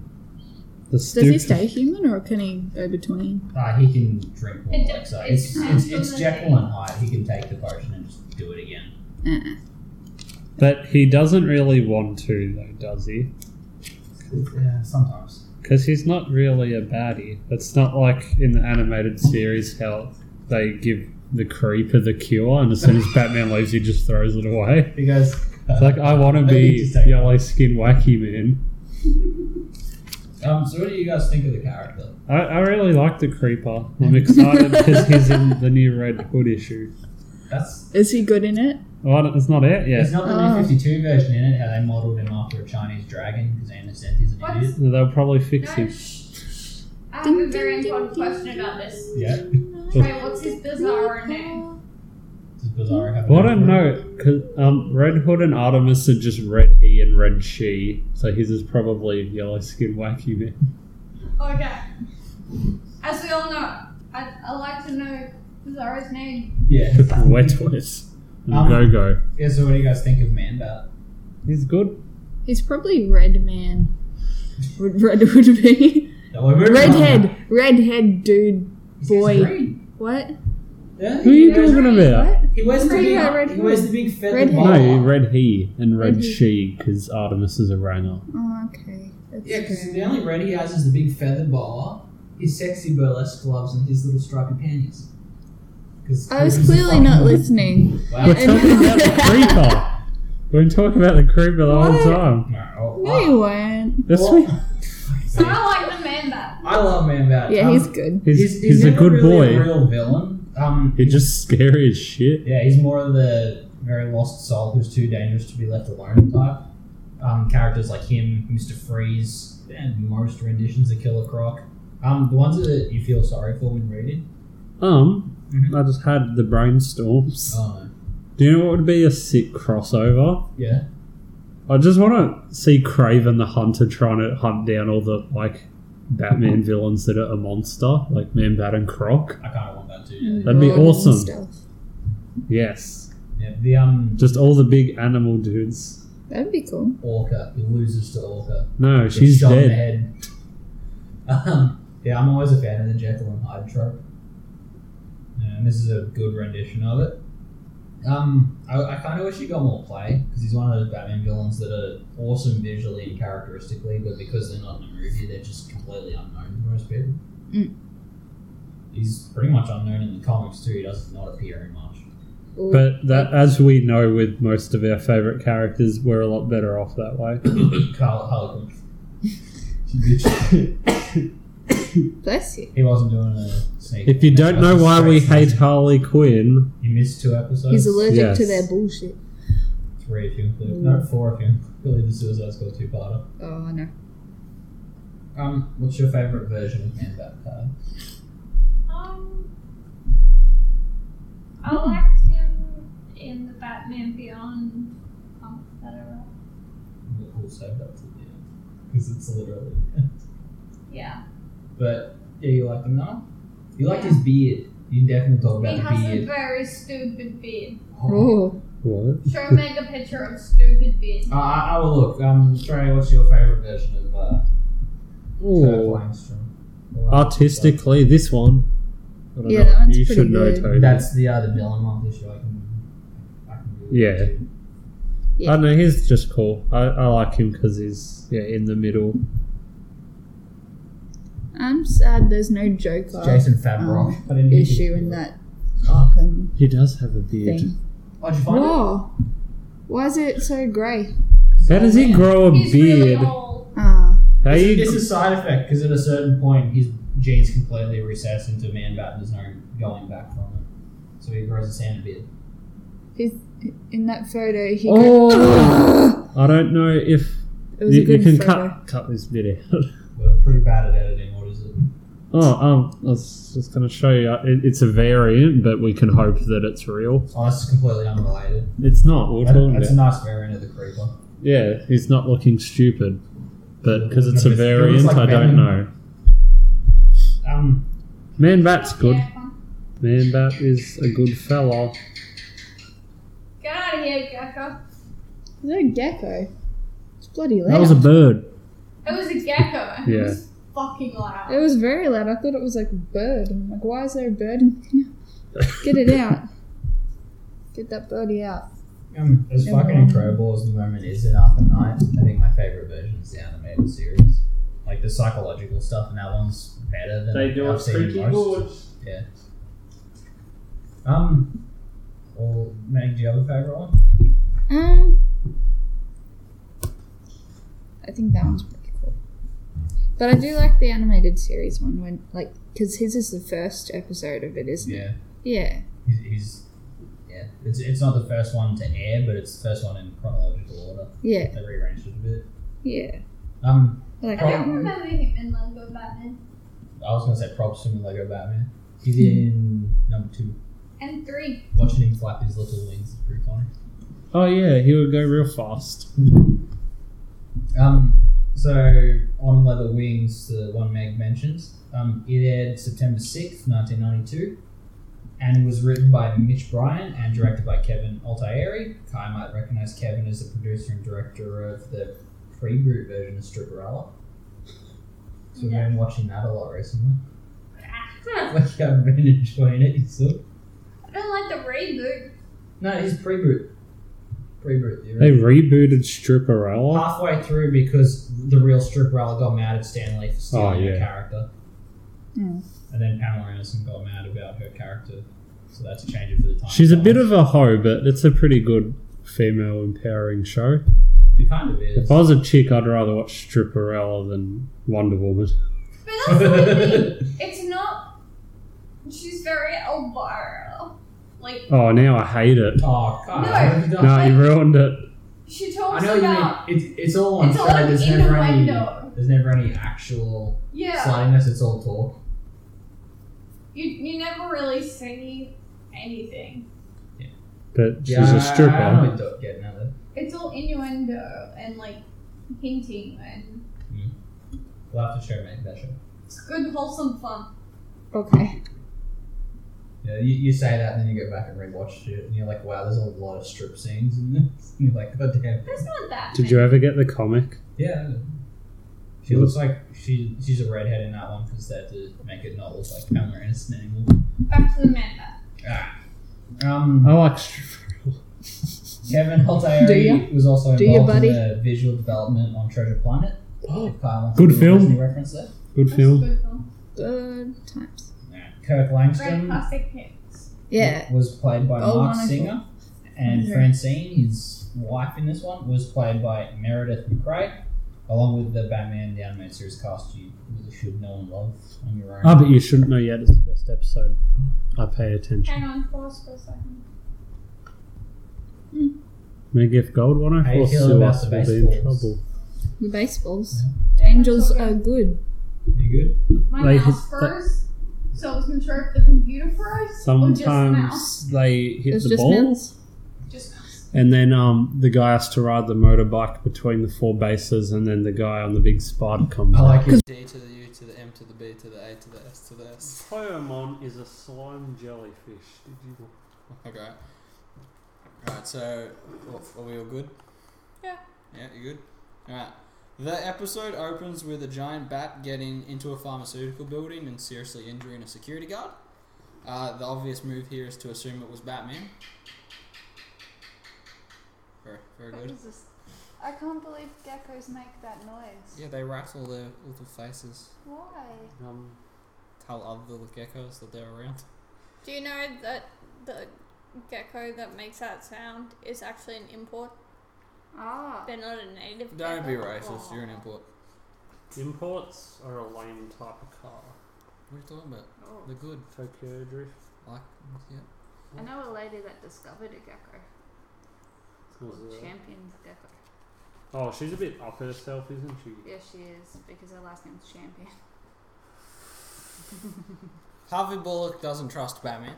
Speaker 3: The
Speaker 1: does he
Speaker 3: stupid-
Speaker 1: stay human or can he go between?
Speaker 2: Uh, he can drink more.
Speaker 4: It de-
Speaker 2: so
Speaker 4: it
Speaker 2: it's, it's,
Speaker 4: depends
Speaker 2: it's
Speaker 4: on the
Speaker 2: Jekyll and Hyde. He can take the potion and just do it again.
Speaker 1: Uh-uh.
Speaker 3: But he doesn't really want to, though, does he?
Speaker 2: Yeah, sometimes.
Speaker 3: Because he's not really a baddie. It's not like in the animated series how they give the creeper the cure, and as soon as Batman leaves, he just throws it away.
Speaker 2: He goes,
Speaker 3: It's like, I want to
Speaker 2: Let me
Speaker 3: be
Speaker 2: just take-
Speaker 3: yellow skin wacky man.
Speaker 2: Um, so what do you guys think of the character?
Speaker 3: I, I really like the creeper. I'm excited because he's in the new Red Hood issue.
Speaker 2: That's
Speaker 1: Is he good in it?
Speaker 3: Oh, I don't- it's not out
Speaker 2: it's
Speaker 3: yet.
Speaker 2: not the
Speaker 1: Oh.
Speaker 2: new 52 version in it, how they modelled him after a Chinese dragon because Anderson is an
Speaker 4: What?
Speaker 2: idiot.
Speaker 3: They'll probably fix
Speaker 4: No,
Speaker 3: him.
Speaker 4: shh, shh. I have a very important question about this.
Speaker 2: Yeah.
Speaker 1: Oh.
Speaker 4: Hey, what's his bizarro name?
Speaker 2: This is bizarre. I haven't
Speaker 3: Well, I don't
Speaker 2: heard of
Speaker 3: know, because um, Red Hood and Artemis are just Red He and Red She, so his is probably yellow skinned wacky man.
Speaker 4: Okay. As we all know, I'd, I'd like to know Bizarro's
Speaker 2: it.
Speaker 4: name.
Speaker 2: Yeah.
Speaker 3: Wet Wet and
Speaker 2: Um,
Speaker 3: Go Go.
Speaker 2: yeah. So, what do you guys think of Manbat?
Speaker 3: He's good.
Speaker 1: He's probably Red Man. Would Red would be
Speaker 2: No, we're moving on.
Speaker 1: redhead, redhead dude.
Speaker 2: He's
Speaker 1: boy.
Speaker 2: green.
Speaker 1: What?
Speaker 2: Yeah,
Speaker 3: Who are you
Speaker 2: he wears-
Speaker 3: talking about?
Speaker 1: What?
Speaker 2: He wears the
Speaker 1: What are you
Speaker 2: big.
Speaker 1: talking about,
Speaker 2: he wears
Speaker 1: redhead?
Speaker 2: the big feathered
Speaker 1: Redhead.
Speaker 2: boa.
Speaker 3: No, Red He and Red,
Speaker 1: Red He.
Speaker 3: She, because Artemis is a Ranger.
Speaker 1: Oh, okay. That's
Speaker 2: Yeah, because
Speaker 1: good.
Speaker 2: the only red he has is the big feather boa, his sexy burlesque gloves, and his little stripy panties. 'Cause
Speaker 1: I was
Speaker 2: he's a
Speaker 1: clearly
Speaker 2: fucking-
Speaker 1: not listening.
Speaker 2: Wow.
Speaker 3: We're
Speaker 1: Yeah, and-
Speaker 3: talking about the Creeper. We're talking about the Creeper the
Speaker 1: What?
Speaker 3: whole time.
Speaker 2: No, oh,
Speaker 1: No, you weren't.
Speaker 3: That's
Speaker 2: Well-
Speaker 3: me.
Speaker 4: I like the man bat.
Speaker 2: I love Man Bat.
Speaker 1: Yeah,
Speaker 2: Um,
Speaker 1: he's good.
Speaker 3: He's, he's, a
Speaker 2: never
Speaker 3: good
Speaker 2: really A
Speaker 3: boy.
Speaker 2: real villain. Um,
Speaker 3: He's just scary as shit.
Speaker 2: yeah, he's more of the very lost soul who's too dangerous to be left alone type. Um, characters like him, Mister Freeze, and most renditions of Killer Croc. Um, the ones that you feel sorry for when reading.
Speaker 3: Um,
Speaker 2: Mhm.
Speaker 3: I just had the brainstorms.
Speaker 2: Oh,
Speaker 3: Do you know what would be a sick crossover?
Speaker 2: yeah.
Speaker 3: I just want to see Craven the Hunter trying to hunt down all the like Batman villains that are a monster, like Man, Bat, and Croc.
Speaker 2: I kind of want that too. Yeah.
Speaker 3: That'd be
Speaker 1: Blood and
Speaker 3: awesome.
Speaker 1: stuff.
Speaker 3: Yes,
Speaker 2: Yeah, the um
Speaker 3: just all the big animal dudes.
Speaker 1: That'd be cool.
Speaker 2: orca, he loses to orca.
Speaker 3: No,
Speaker 2: Gets
Speaker 3: she's
Speaker 2: shot in the
Speaker 3: dead.
Speaker 2: head. Um, yeah, I'm always a fan of the Jekyll and Hyde trope. Yeah, and this is a good rendition of it. Um, I, I kind of wish he got more play because he's one of those Batman villains that are awesome visually and characteristically, but because they're not in the movie, they're just completely unknown to most people.
Speaker 1: Mm.
Speaker 2: He's pretty much unknown in the comics too. He does not appear in much.
Speaker 1: Ooh.
Speaker 3: But that, as we know, with most of our favorite characters, we're a lot better off that way.
Speaker 2: Carl Harlequin. Bitch.
Speaker 1: bless you.
Speaker 2: he wasn't doing a sneak.
Speaker 3: If you don't know why we hate Harley Quinn,
Speaker 2: You missed two episodes.
Speaker 1: He's Mm. allergic
Speaker 3: yes.
Speaker 1: to their bullshit.
Speaker 2: Three if you include. No, four if you include the Suicide Squad two parter.
Speaker 1: Oh no.
Speaker 2: Um, what's your favourite version of Man Bat Card?
Speaker 4: Um, I liked him in the Batman Beyond um, that I read.
Speaker 2: We'll save that to the end. Because it's literally the end.
Speaker 4: Yeah.
Speaker 2: But, yeah, you like him now? You liked his beard. You definitely talk
Speaker 4: He
Speaker 2: about the
Speaker 4: has a
Speaker 2: beard.
Speaker 4: very stupid beard.
Speaker 1: Oh.
Speaker 3: what?
Speaker 4: Show Meg a picture of stupid beard.
Speaker 2: Uh, I, I will look. Um, Trey, what's your favourite version of uh, Kurt
Speaker 3: Ooh.
Speaker 2: Langstrom?
Speaker 3: Artistically, this one. I don't
Speaker 1: Yeah, that one's
Speaker 3: you
Speaker 1: pretty
Speaker 3: should know,
Speaker 1: good.
Speaker 3: Toby.
Speaker 2: That's the other villain one issue I can, I can do.
Speaker 3: Yeah. I don't know, he's just cool. I, I like him because he's yeah in the middle.
Speaker 1: I'm sad there's no
Speaker 2: It's
Speaker 1: Joker
Speaker 2: Jason Fabrock.
Speaker 1: um,
Speaker 2: I didn't think
Speaker 1: issue
Speaker 2: he-
Speaker 1: in that
Speaker 2: Oh,
Speaker 1: Arkham
Speaker 3: He does have a beard.
Speaker 1: thing.
Speaker 2: why'd you find it?
Speaker 1: Whoa. Why is it so grey?
Speaker 3: How does he grow a
Speaker 4: He's really
Speaker 3: beard?
Speaker 4: old.
Speaker 1: Ah.
Speaker 3: How
Speaker 2: It's,
Speaker 3: you?
Speaker 2: it's a side effect because at a certain point his genes completely recess into man bat and there's no going back from it. So he grows a sand beard.
Speaker 1: in that photo, he
Speaker 3: Oh! I don't know if
Speaker 1: It was
Speaker 3: you,
Speaker 1: a
Speaker 3: you
Speaker 1: good
Speaker 3: can
Speaker 1: photo.
Speaker 3: cut cut this bit out.
Speaker 2: We're pretty bad at editing. What is it?
Speaker 3: oh, um, I was just gonna show you. uh, It, it's a variant, but we can hope that it's real.
Speaker 2: Oh, that's completely unrelated.
Speaker 3: It's not. We're
Speaker 2: That-
Speaker 3: talking
Speaker 2: that's
Speaker 3: about.
Speaker 2: a nice variant of the creeper.
Speaker 3: Yeah, he's not looking stupid, but because it's a
Speaker 2: It looks
Speaker 3: variant,
Speaker 2: like
Speaker 3: I don't
Speaker 2: Venom.
Speaker 3: know.
Speaker 2: Um,
Speaker 3: Man Bat's good.
Speaker 4: Yeah, come on.
Speaker 3: Man Bat is a good fella.
Speaker 4: Get out of here, gecko.
Speaker 1: Is that a gecko? It's bloody loud.
Speaker 3: That was a bird.
Speaker 4: It was a gecko. and It
Speaker 3: Yeah.
Speaker 4: was fucking loud.
Speaker 1: it was very loud. I thought it was like a bird. I'm like, why is there a bird? in here? Get it out. Get that birdie out.
Speaker 2: um, as
Speaker 1: Never
Speaker 2: fucking
Speaker 1: mind.
Speaker 2: incredible as the moment is in Arkham Knight, I think my favorite version is the animated series. Like the psychological stuff, and that one's better than I've seen most. Yeah. Um. Well, Meg, do you have a favorite one?
Speaker 1: Um, I think that one's pretty cool. But I do like the animated series one when, like, because his is the first episode of it, isn't it?
Speaker 2: Yeah.
Speaker 1: Yeah.
Speaker 2: He's. he's yeah. It's, it's not the first one to air, but it's the first one in chronological order.
Speaker 1: Yeah.
Speaker 2: They rearranged it a bit.
Speaker 1: Yeah.
Speaker 2: Um.
Speaker 1: I like um,
Speaker 4: I
Speaker 1: that
Speaker 4: don't
Speaker 1: one.
Speaker 3: Um,
Speaker 4: remember him in Lego Batman.
Speaker 2: I was gonna say props to him in Lego Batman. He's in number two.
Speaker 4: And three.
Speaker 2: Watching him flap his little wings is pretty funny.
Speaker 3: Oh yeah, he would go real fast.
Speaker 2: Um, so on leather wings, the one Meg mentions, um, it aired September sixth, nineteen ninety two, and was written by Mitch Bryan and directed by Kevin Altieri. Kai might recognize Kevin as the producer and director of the pre-boot version of Stripperella. So we've been watching that a lot recently.
Speaker 4: I
Speaker 2: Like I've been enjoying it. It's so-
Speaker 4: don't like the reboot.
Speaker 2: No, it's pre-boot. Pre-boot. the
Speaker 3: They rebooted Stripperella.
Speaker 2: halfway through because the real strip rally got mad at Stanley for stealing
Speaker 3: Oh, yeah.
Speaker 2: her character.
Speaker 4: Hmm.
Speaker 1: Mm.
Speaker 2: And then Pamela Anderson got mad about her character. So that's a change it for the time.
Speaker 3: She's a
Speaker 2: timeline.
Speaker 3: bit of a hoe, but it's a pretty good female empowering show.
Speaker 2: It kind of is.
Speaker 3: If I was a chick, I'd rather watch Stripperella than Wonder Woman.
Speaker 4: But
Speaker 2: Oh,
Speaker 4: that's the thing. It's not. She's very Elvira. Like,
Speaker 3: Oh, now I hate it.
Speaker 2: Oh, God.
Speaker 4: No.
Speaker 2: what have you done?
Speaker 3: No, you ruined it.
Speaker 4: she
Speaker 2: I
Speaker 4: talks
Speaker 2: know what you mean.
Speaker 4: about.
Speaker 2: It's, it's all on
Speaker 4: It's all
Speaker 2: show. There's
Speaker 4: in the
Speaker 2: never any.
Speaker 4: window.
Speaker 2: There's never any actual
Speaker 4: Yeah.
Speaker 2: slidiness. It's all talk.
Speaker 4: You, you never really see anything.
Speaker 3: But she's
Speaker 2: yeah,
Speaker 3: a stripper.
Speaker 2: I, I know what you're getting at it.
Speaker 4: It's all innuendo and, like, hinting and.
Speaker 2: We'll have to show make that show.
Speaker 4: It's good, wholesome fun.
Speaker 1: Okay.
Speaker 2: Yeah, you, you say that, and then you go back and rewatch it, and you're like, wow, there's a lot of strip scenes in this. And you're like, god damn.
Speaker 4: There's not that.
Speaker 3: Did
Speaker 4: many.
Speaker 3: you ever get the comic?
Speaker 2: Yeah. She looks like she she's a redhead in that one because they had to make it not look like Pamela Anderson anymore.
Speaker 4: Back to the meta.
Speaker 3: I
Speaker 2: Um,
Speaker 3: like Stripperella.
Speaker 2: Kevin
Speaker 1: Do ya?
Speaker 2: Altieri was also
Speaker 1: Do ya,
Speaker 2: involved
Speaker 1: buddy?
Speaker 2: in the visual development on Treasure Planet. If Kyle wants
Speaker 3: Oh. Good
Speaker 2: to do a
Speaker 3: film.
Speaker 2: Disney reference there.
Speaker 3: Good
Speaker 4: That's a
Speaker 3: film.
Speaker 4: good film.
Speaker 1: Good times.
Speaker 2: Yeah. Kirk
Speaker 4: Great
Speaker 5: um,
Speaker 2: Langston
Speaker 4: classic hits.
Speaker 1: Yeah.
Speaker 2: was played by
Speaker 1: Oh,
Speaker 2: Mark
Speaker 1: wonderful.
Speaker 2: Singer, and
Speaker 1: Yeah.
Speaker 2: Francine, his wife in this one, was played by Meredith McRae, along with the Batman the Animated Series cast you really should know and love on your own.
Speaker 3: Ah, but you shouldn't know yet. It's the first episode. I pay attention.
Speaker 4: Hang on, pause for a second.
Speaker 3: Meg F. Gold
Speaker 2: How you
Speaker 3: 104
Speaker 2: feel about the
Speaker 3: Suicide will be in
Speaker 2: baseballs?
Speaker 3: trouble.
Speaker 1: The baseballs.
Speaker 4: Yeah,
Speaker 1: Angels
Speaker 4: that's all
Speaker 1: are
Speaker 4: good.
Speaker 1: good.
Speaker 2: You good?
Speaker 4: My
Speaker 3: Like,
Speaker 4: mouse
Speaker 3: it's the-
Speaker 4: froze. So I wasn't sure if the computer froze or just mouse.
Speaker 3: Sometimes they
Speaker 1: It
Speaker 3: hit
Speaker 1: was
Speaker 3: the
Speaker 1: just
Speaker 3: balls,
Speaker 4: Just mouse.
Speaker 3: and then um, the guy has to ride the motorbike between the four bases, and then the guy on the big spider comes.
Speaker 2: I
Speaker 3: out.
Speaker 2: like it.
Speaker 5: D to the U to the M to the B to the A to the S to the S.
Speaker 3: Cleomon is a slime jellyfish. Did you?
Speaker 5: Okay. Alright, so what- are we all good?
Speaker 4: Yeah.
Speaker 5: Yeah, you good? Alright. The episode opens with a giant bat getting into a pharmaceutical building and seriously injuring a security guard. Uh, the obvious move here is to assume it was Batman. Very, very
Speaker 4: What
Speaker 5: good.
Speaker 4: is this? I can't believe geckos make that noise.
Speaker 5: Yeah, they rattle their little faces,
Speaker 4: Why?
Speaker 3: Um,
Speaker 5: tell other little geckos that they're around.
Speaker 4: Do you know that the gecko that makes that sound is actually an import? Ah. They're not a native
Speaker 5: Don't be racist, you're an import.
Speaker 3: imports are a lame type of car.
Speaker 5: What are you talking about?
Speaker 1: Oh,
Speaker 5: They're good.
Speaker 3: Tokyo Drift.
Speaker 5: Like, yeah.
Speaker 6: I know a lady that discovered a gecko.
Speaker 3: Was it-
Speaker 6: Champion gecko.
Speaker 3: Oh, she's a bit up herself, isn't she?
Speaker 6: Yes, she is, because her last name's Champion.
Speaker 5: Harvey Bullock doesn't trust Batman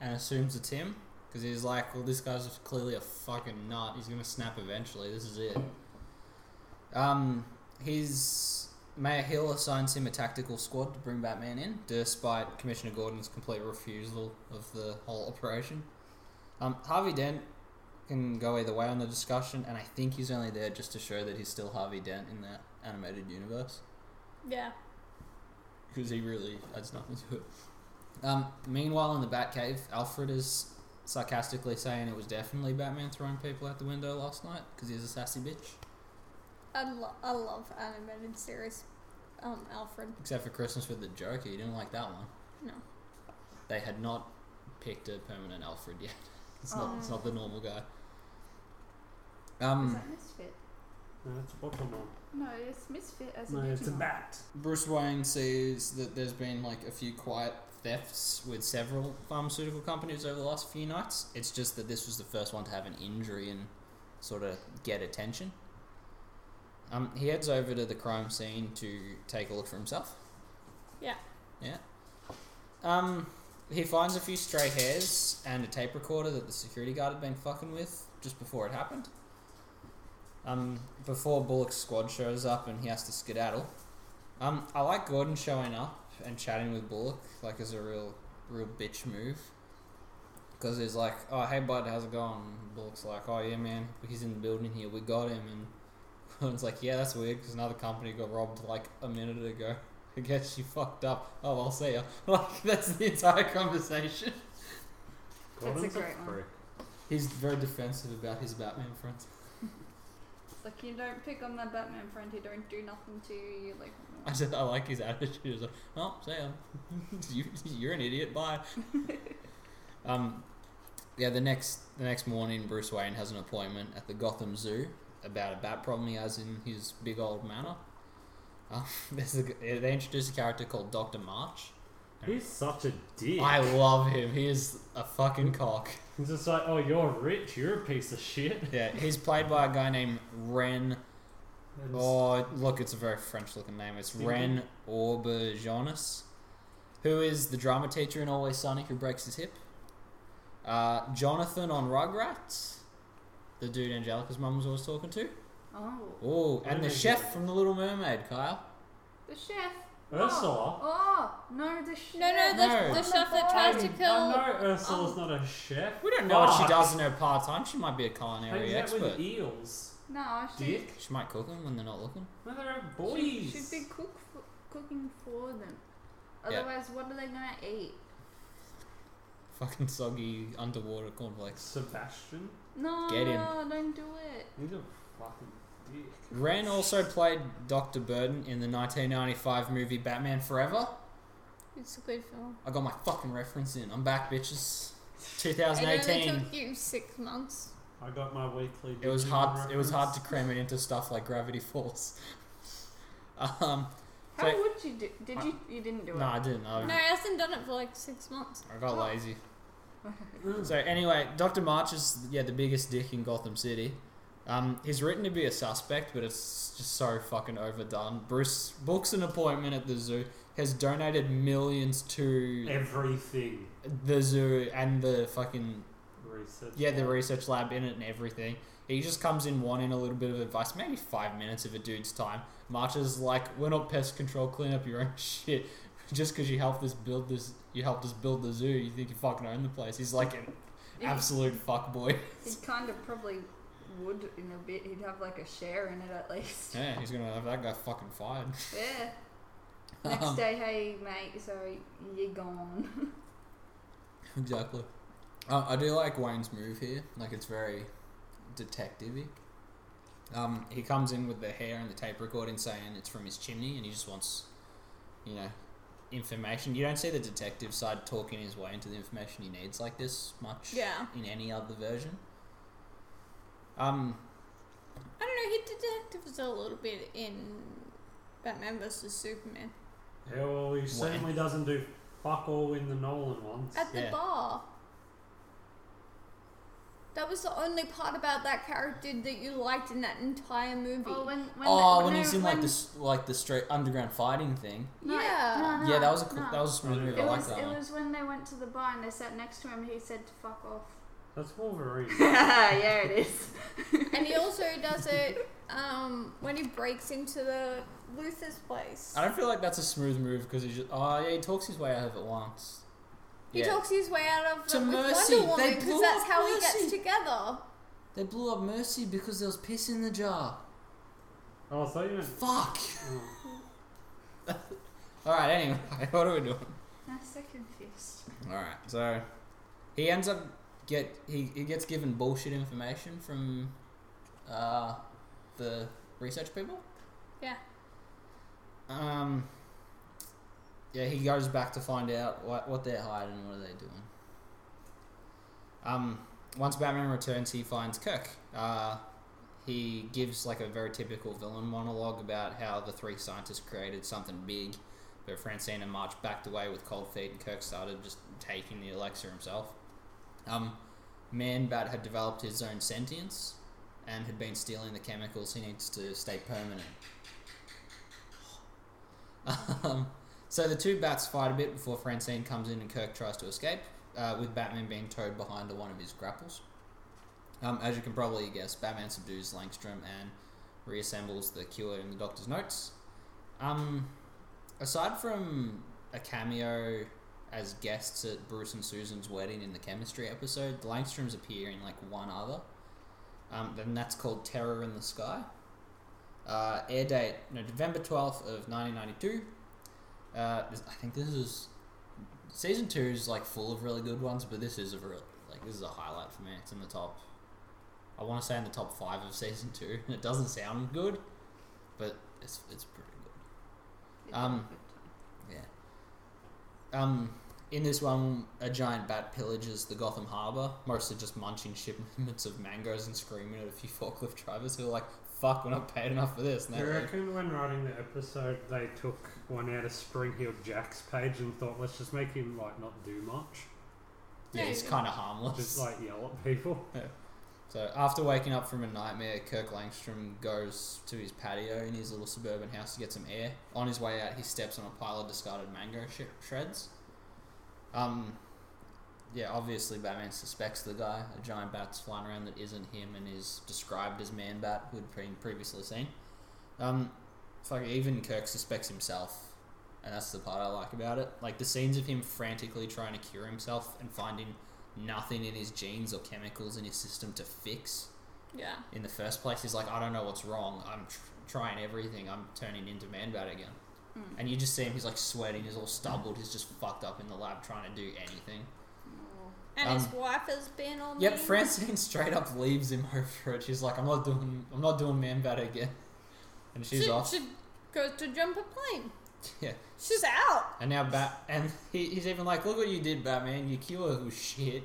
Speaker 5: and assumes it's him because he's like, well, this guy's clearly a fucking nut. He's gonna snap eventually. This is it. Um, his Mayor Hill assigns him a tactical squad to bring Batman in, despite Commissioner Gordon's complete refusal of the whole operation. Um, Harvey Dent can go either way on the discussion, and I think he's only there just to show that he's still Harvey Dent in that animated universe
Speaker 4: Yeah.
Speaker 5: because he really adds nothing to it. Um, meanwhile, in the Batcave, Alfred is sarcastically saying it was definitely Batman throwing people out the window last night because he's a sassy bitch.
Speaker 4: I, lo- I love animated series. Um, Alfred.
Speaker 5: Except for Christmas with the Joker, you didn't like that one.
Speaker 4: No.
Speaker 5: They had not picked a permanent Alfred yet. It's not.
Speaker 4: Oh.
Speaker 5: It's not the normal guy.
Speaker 6: Is
Speaker 5: Um,
Speaker 3: Hmm.
Speaker 6: that Misfit?
Speaker 3: No, it's Pokemon.
Speaker 6: No, it's Misfit as a
Speaker 3: No, it's a
Speaker 6: Digimon.
Speaker 3: bat.
Speaker 5: Bruce Wayne sees that there's been like a few quiet thefts with several pharmaceutical companies over the last few nights. It's just that this was the first one to have an injury and sort of get attention. Um, he heads over to the crime scene to take a look for himself.
Speaker 4: Yeah.
Speaker 5: Yeah. Um, he finds a few stray hairs and a tape recorder that the security guard had been fucking with just before it happened. Um, before Bullock's squad shows up and he has to skedaddle. Um, I like Gordon showing up and chatting with Bullock like as a real, real bitch move. Because he's like, oh hey bud, how's it going? And Bullock's like, oh yeah man, he's in the building here. We got him. And Gordon's like, yeah, that's weird because another company got robbed like a minute ago. I guess she fucked up. Oh, I'll see ya. Like, that's the entire conversation.
Speaker 1: That's a great one.
Speaker 3: freak.
Speaker 5: He's very defensive about his Batman friends.
Speaker 1: It's like you don't pick on my Batman friend who don't do nothing to you. You like,
Speaker 5: I just, I like his attitude. He's like, oh, see ya. you, you're an idiot. Bye. um, yeah. The next the next morning, Bruce Wayne has an appointment at the Gotham Zoo about a bat problem he has in his big old manor. Um, there's a, they introduce a character called Doctor March.
Speaker 3: He's such a dick.
Speaker 5: I love him. He is a fucking cock.
Speaker 3: He's just like, oh, you're rich. You're a piece of shit.
Speaker 5: Yeah, he's played by a guy named Ren.
Speaker 3: And
Speaker 5: Oh, look, it's a very French looking name. It's
Speaker 3: Didn't
Speaker 5: Ren Auberjonis, who is the drama teacher in Always Sunny who breaks his hip. Uh, Jonathan on Rugrats, the dude Angelica's mum was always talking to.
Speaker 1: oh,
Speaker 5: Oh, and the
Speaker 3: Amazing.
Speaker 5: chef from The Little Mermaid, Kyle.
Speaker 1: the chef.
Speaker 3: Ursula.
Speaker 1: Oh, oh, no, the chef.
Speaker 4: No, no, the,
Speaker 5: No.
Speaker 4: the chef that tries to
Speaker 3: I
Speaker 4: kill.
Speaker 3: know Ursula's
Speaker 1: Oh.
Speaker 3: not a chef.
Speaker 5: We don't know what Oh, she
Speaker 3: Fuck.
Speaker 5: does in her part time. She might be a
Speaker 3: Hang
Speaker 5: culinary
Speaker 3: out
Speaker 5: expert.
Speaker 3: with eels.
Speaker 1: No, she,
Speaker 3: Dick.
Speaker 5: She might cook them when they're not looking.
Speaker 3: No, they're
Speaker 1: she
Speaker 3: boys.
Speaker 1: should be cook for, cooking for them.
Speaker 5: Yeah.
Speaker 1: Otherwise, what are they gonna eat?
Speaker 5: Fucking soggy underwater cornflakes.
Speaker 3: Sebastian.
Speaker 1: No,
Speaker 5: Get him.
Speaker 1: don't do it.
Speaker 3: He's a fucking dick.
Speaker 5: Ren also played Dr. Burden in the 1995 movie Batman Forever.
Speaker 4: It's a good film.
Speaker 5: I got my fucking reference in. I'm back, bitches.
Speaker 4: It only
Speaker 5: 2018.
Speaker 4: took you six months.
Speaker 3: I got my weekly.
Speaker 5: It was
Speaker 3: Digimon
Speaker 5: hard. It was hard
Speaker 3: reference.
Speaker 5: to cram it into stuff like Gravity Falls. Um,
Speaker 1: How
Speaker 5: So-
Speaker 1: would you do? Did you? You didn't do
Speaker 5: no, I didn't.
Speaker 4: No, I
Speaker 5: I,
Speaker 4: hasn't done it for like six months.
Speaker 5: I got lazy.
Speaker 3: Mm.
Speaker 5: So anyway, Doctor March is yeah the biggest dick in Gotham City. Um, he's written to be a suspect, but it's just so fucking overdone. Bruce books an appointment at the zoo. Has donated millions to
Speaker 3: Everything.
Speaker 5: the zoo and the fucking
Speaker 3: Research.
Speaker 5: Yeah, the research lab in it and everything. He just comes in wanting a little bit of advice, maybe five minutes of a dude's time. Marches like, we're not pest control, clean up your own shit. Just because you helped us build this, you helped us build the zoo, you think you fucking own the place. He's like an
Speaker 1: it.
Speaker 5: absolute fuckboy.
Speaker 1: He kind of probably would in a bit. He'd have like a share in it at least.
Speaker 5: Yeah, he's gonna have that guy fucking fired.
Speaker 1: Yeah. Next
Speaker 5: Um,
Speaker 1: day, hey mate, so you're gone.
Speaker 5: Exactly. Uh, I do like Wayne's move here. Like it's very detective-y. Um, he comes in with the hair and the tape recording, saying it's from his chimney, and he just wants, you know, information. You don't see the detective side talking his way into the information he needs like this much
Speaker 4: Yeah.
Speaker 5: in any other version. Um,
Speaker 4: I don't know. He detective was a little bit in Batman vs Superman
Speaker 3: Yeah, well, he certainly doesn't do fuck all in the Nolan ones.
Speaker 4: at the
Speaker 5: Yeah.
Speaker 4: bar. That was the only part about that character that you liked in that entire movie.
Speaker 1: oh, when when
Speaker 5: oh,
Speaker 1: the,
Speaker 5: when
Speaker 1: no,
Speaker 5: he's in like
Speaker 1: when-
Speaker 5: the s- like the straight underground fighting thing.
Speaker 1: no,
Speaker 4: Yeah.
Speaker 1: no, no,
Speaker 5: yeah, that was a cool,
Speaker 1: no.
Speaker 5: that was a smooth
Speaker 3: It
Speaker 5: move.
Speaker 1: Uh-huh.
Speaker 5: I
Speaker 1: It
Speaker 5: like
Speaker 1: was,
Speaker 5: that
Speaker 1: it
Speaker 5: one.
Speaker 1: was when they went to the bar and they sat next to him. He said, "Fuck off."
Speaker 3: That's Wolverine.
Speaker 1: yeah, it is.
Speaker 4: And he also does it um, when he breaks into the Luther's place.
Speaker 5: I don't feel like that's a smooth move because he just oh yeah he talks his way out of it once.
Speaker 4: He
Speaker 5: yeah.
Speaker 4: talks his way out of
Speaker 5: To
Speaker 4: it with
Speaker 5: mercy.
Speaker 4: Wonder Woman
Speaker 5: They
Speaker 4: because
Speaker 5: blew
Speaker 4: that's
Speaker 5: up
Speaker 4: how he
Speaker 5: mercy.
Speaker 4: gets together.
Speaker 5: They blew up Mercy because there was piss in the jar.
Speaker 3: oh, I thought you meant.
Speaker 5: Fuck.
Speaker 3: Oh.
Speaker 5: All right. Anyway, what are we doing?
Speaker 1: That's so confused.
Speaker 5: All right. So he ends up get he, he gets given bullshit information from uh, the research people.
Speaker 4: Yeah.
Speaker 5: Um. Yeah, he goes back to find out what what they're hiding and what are they doing. Um. Once Batman returns, he finds Kirk. Uh, he gives like a very typical villain monologue about how the three scientists created something big, but Francine and March backed away with cold feet, and Kirk started just taking the elixir himself. Um, Man Bat had developed his own sentience and had been stealing the chemicals he needs to stay permanent. Um, So the two bats fight a bit before Francine comes in and Kirk tries to escape, uh, with Batman being towed behind to one of his grapples. Um, as you can probably guess, Batman subdues Langstrom and reassembles the cure in the doctor's notes. Um, aside from a cameo as guests at Bruce and Susan's wedding in the chemistry episode, Langstrom's appear in like one other. Um, then that's called Terror in the Sky. Uh, air date no, November 12th of 1992. Uh, this- I think this is season two is like full of really good ones, but this is a real like this is a highlight for me. It's in the top. I want to say in the top five of season two. It doesn't sound good, but it's it's pretty good.
Speaker 1: It's
Speaker 5: Um,
Speaker 1: a good time.
Speaker 5: Yeah. Um, in this one, a giant bat pillages the Gotham Harbor, mostly just munching shipments of mangoes and screaming at a few forklift drivers who are like, "Fuck, we're not paid enough for this." And
Speaker 3: I
Speaker 5: they're like,
Speaker 3: reckon when writing the episode, they took one out of Spring Heel Jack's page and thought, let's just make him like not do much,
Speaker 5: yeah, he's kind of harmless.
Speaker 3: just like yell at people.
Speaker 5: So after waking up from a nightmare, Kirk Langstrom goes to his patio in his little suburban house to get some air. On his way out, he steps on a pile of discarded mango sh- shreds. Um, yeah, obviously Batman suspects the guy. A giant bat's flying around that isn't him and is described as Man Bat, who had been previously seen. Um, fuck, even Kirk suspects himself, and that's the part I like about it. Like the scenes of him frantically trying to cure himself and finding nothing in his genes or chemicals in his system to fix
Speaker 4: Yeah.
Speaker 5: in the first place. He's like, I don't know what's wrong. I'm tr- trying everything. I'm turning into Man Bat again.
Speaker 1: Mm.
Speaker 5: And you just see him. He's like sweating. He's all stubbled. He's just fucked up in the lab trying to do anything.
Speaker 1: Oh.
Speaker 4: And his
Speaker 5: Um,
Speaker 4: wife has been on.
Speaker 5: Yep,
Speaker 4: mean.
Speaker 5: Francine straight up leaves him over it. She's like, I'm not doing. I'm not doing Man Bat again. And she's
Speaker 4: she,
Speaker 5: off.
Speaker 4: She goes to jump a plane.
Speaker 5: Yeah.
Speaker 4: She's out.
Speaker 5: And now Bat and he, he's even like, look what you did, Batman. You killed was shit.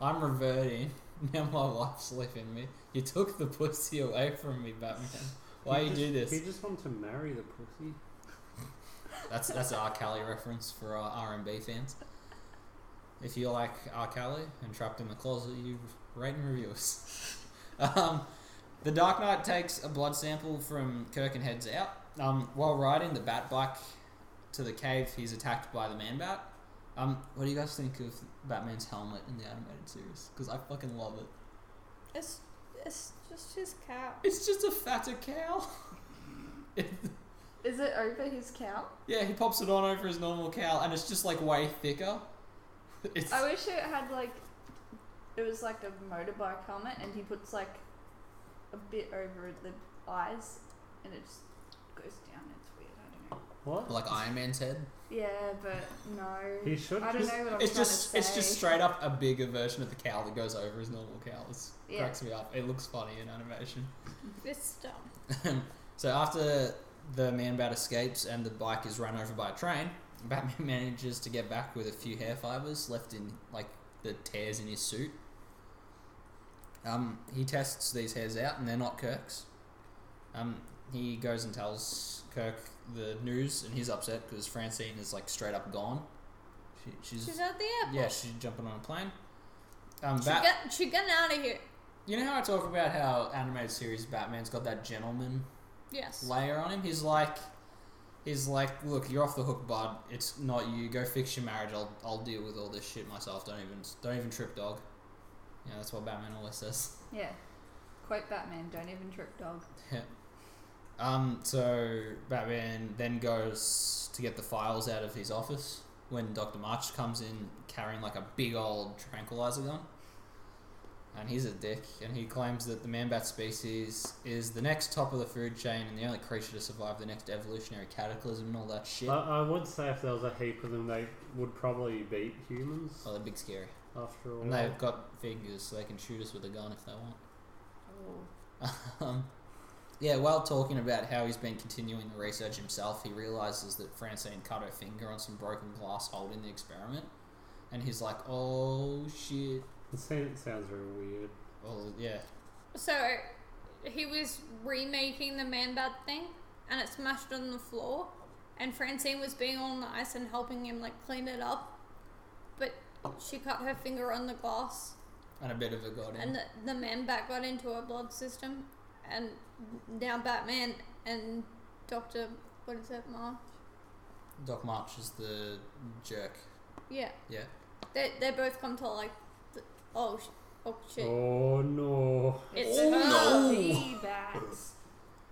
Speaker 5: I'm reverting. Now my wife's leaving me. You took the pussy away from me, Batman. Why
Speaker 3: He
Speaker 5: you
Speaker 3: just,
Speaker 5: do
Speaker 3: He
Speaker 5: this?
Speaker 3: just wanted to marry the pussy.
Speaker 5: That's that's an R. Kelly reference for our R and B fans. If you like R. Kelly and Trapped in the Closet, you rate and review us. um, the Dark Knight takes a blood sample from Kirk and heads out. Um, while riding the Bat Bike to the cave, he's attacked by the Man Bat. Um, what do you guys think of Batman's helmet in the animated series? Because I fucking love it.
Speaker 4: It's it's just his cat.
Speaker 5: It's just a fatter cow.
Speaker 1: Is it over his cow?
Speaker 5: yeah, he pops it on over his normal cow, and it's just like way thicker. It's
Speaker 1: I wish it had like it was like a motorbike helmet, and he puts like a bit over the eyes, and it just goes down. It's weird. I don't know.
Speaker 3: What?
Speaker 5: like Iron Man's head.
Speaker 1: Yeah, but no.
Speaker 3: He should
Speaker 1: I don't
Speaker 3: just.
Speaker 1: know what I'm
Speaker 5: It's
Speaker 1: trying
Speaker 5: just
Speaker 1: to say.
Speaker 5: it's just straight up a bigger version of the cow that goes over his normal cow. It
Speaker 1: Yeah.
Speaker 5: cracks me up. It looks funny in animation.
Speaker 4: This dumb.
Speaker 5: so after the man bat escapes and the bike is run over by a train, Batman manages to get back with a few hair fibers left in like the tears in his suit. Um, he tests these hairs out, and they're not Kirk's. Um, he goes and tells Kirk the news, and he's upset because Francine is like straight up gone. She,
Speaker 4: She's at the airport.
Speaker 5: yeah, she's jumping on a plane. Um,
Speaker 4: She
Speaker 5: Bat-
Speaker 4: get she getting out of here.
Speaker 5: you know how I talk about how animated series Batman's got that gentleman
Speaker 4: Yes.
Speaker 5: layer on him? He's like, he's like, look, you're off the hook, bud. It's not you. Go fix your marriage. I'll, I'll deal with all this shit myself. Don't even, don't even trip, dog. Yeah, that's what Batman always says.
Speaker 1: Yeah. Quote Batman. Don't even trip dog.
Speaker 5: Um, so Batman then goes to get the files out of his office when Doctor March comes in carrying like a big old tranquilizer gun. And he's a dick, and he claims that the man bat species is the next top of the food chain and the only creature to survive the next evolutionary cataclysm and all that shit.
Speaker 3: I, I would say if there was a heap of them, they would probably beat humans
Speaker 5: Oh, they're big scary.
Speaker 3: after all.
Speaker 5: And they've got fingers, so they can shoot us with a gun if they want.
Speaker 1: Oh.
Speaker 5: Um, yeah, while talking about how he's been continuing the research himself, he realizes that Francine cut her finger on some broken glass holding the experiment. And he's like, oh shit.
Speaker 3: It sounds, it sounds real weird.
Speaker 5: Well, yeah.
Speaker 4: So he was remaking the man bat thing, and it smashed on the floor. And Francine was being all nice and helping him like clean it up, but she cut her finger on the glass,
Speaker 5: And a bit of a goddamn.
Speaker 4: and the, the man bat got into her blood system, and now Batman and Doctor what is it, March?
Speaker 5: Doc March is the jerk.
Speaker 4: Yeah.
Speaker 5: Yeah.
Speaker 4: They, they both come to like, th- oh, sh- oh shit.
Speaker 7: Oh no.
Speaker 4: It's
Speaker 5: Oh,
Speaker 4: her.
Speaker 1: Lady bags.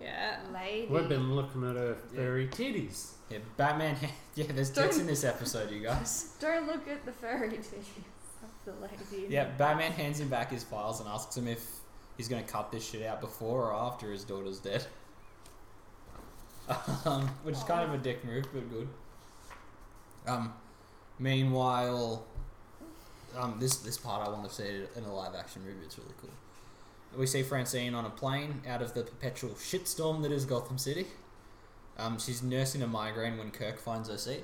Speaker 4: Yeah.
Speaker 1: Lady.
Speaker 7: We've been looking at her
Speaker 5: Yeah.
Speaker 7: fairy titties.
Speaker 5: Yeah, Batman. Yeah, there's dicks in this episode, you guys.
Speaker 1: Don't look at the fairy titties of the lady.
Speaker 5: Yeah, Batman hands him back his files and asks him if he's going to cut this shit out before or after his daughter's dead. Um, which is kind of a dick move, but good. Um, meanwhile, um, this this part I want to see in a live action movie. It's really cool. We see Francine on a plane out of the perpetual shitstorm that is Gotham City. Um, she's nursing a migraine when Kirk finds her seat.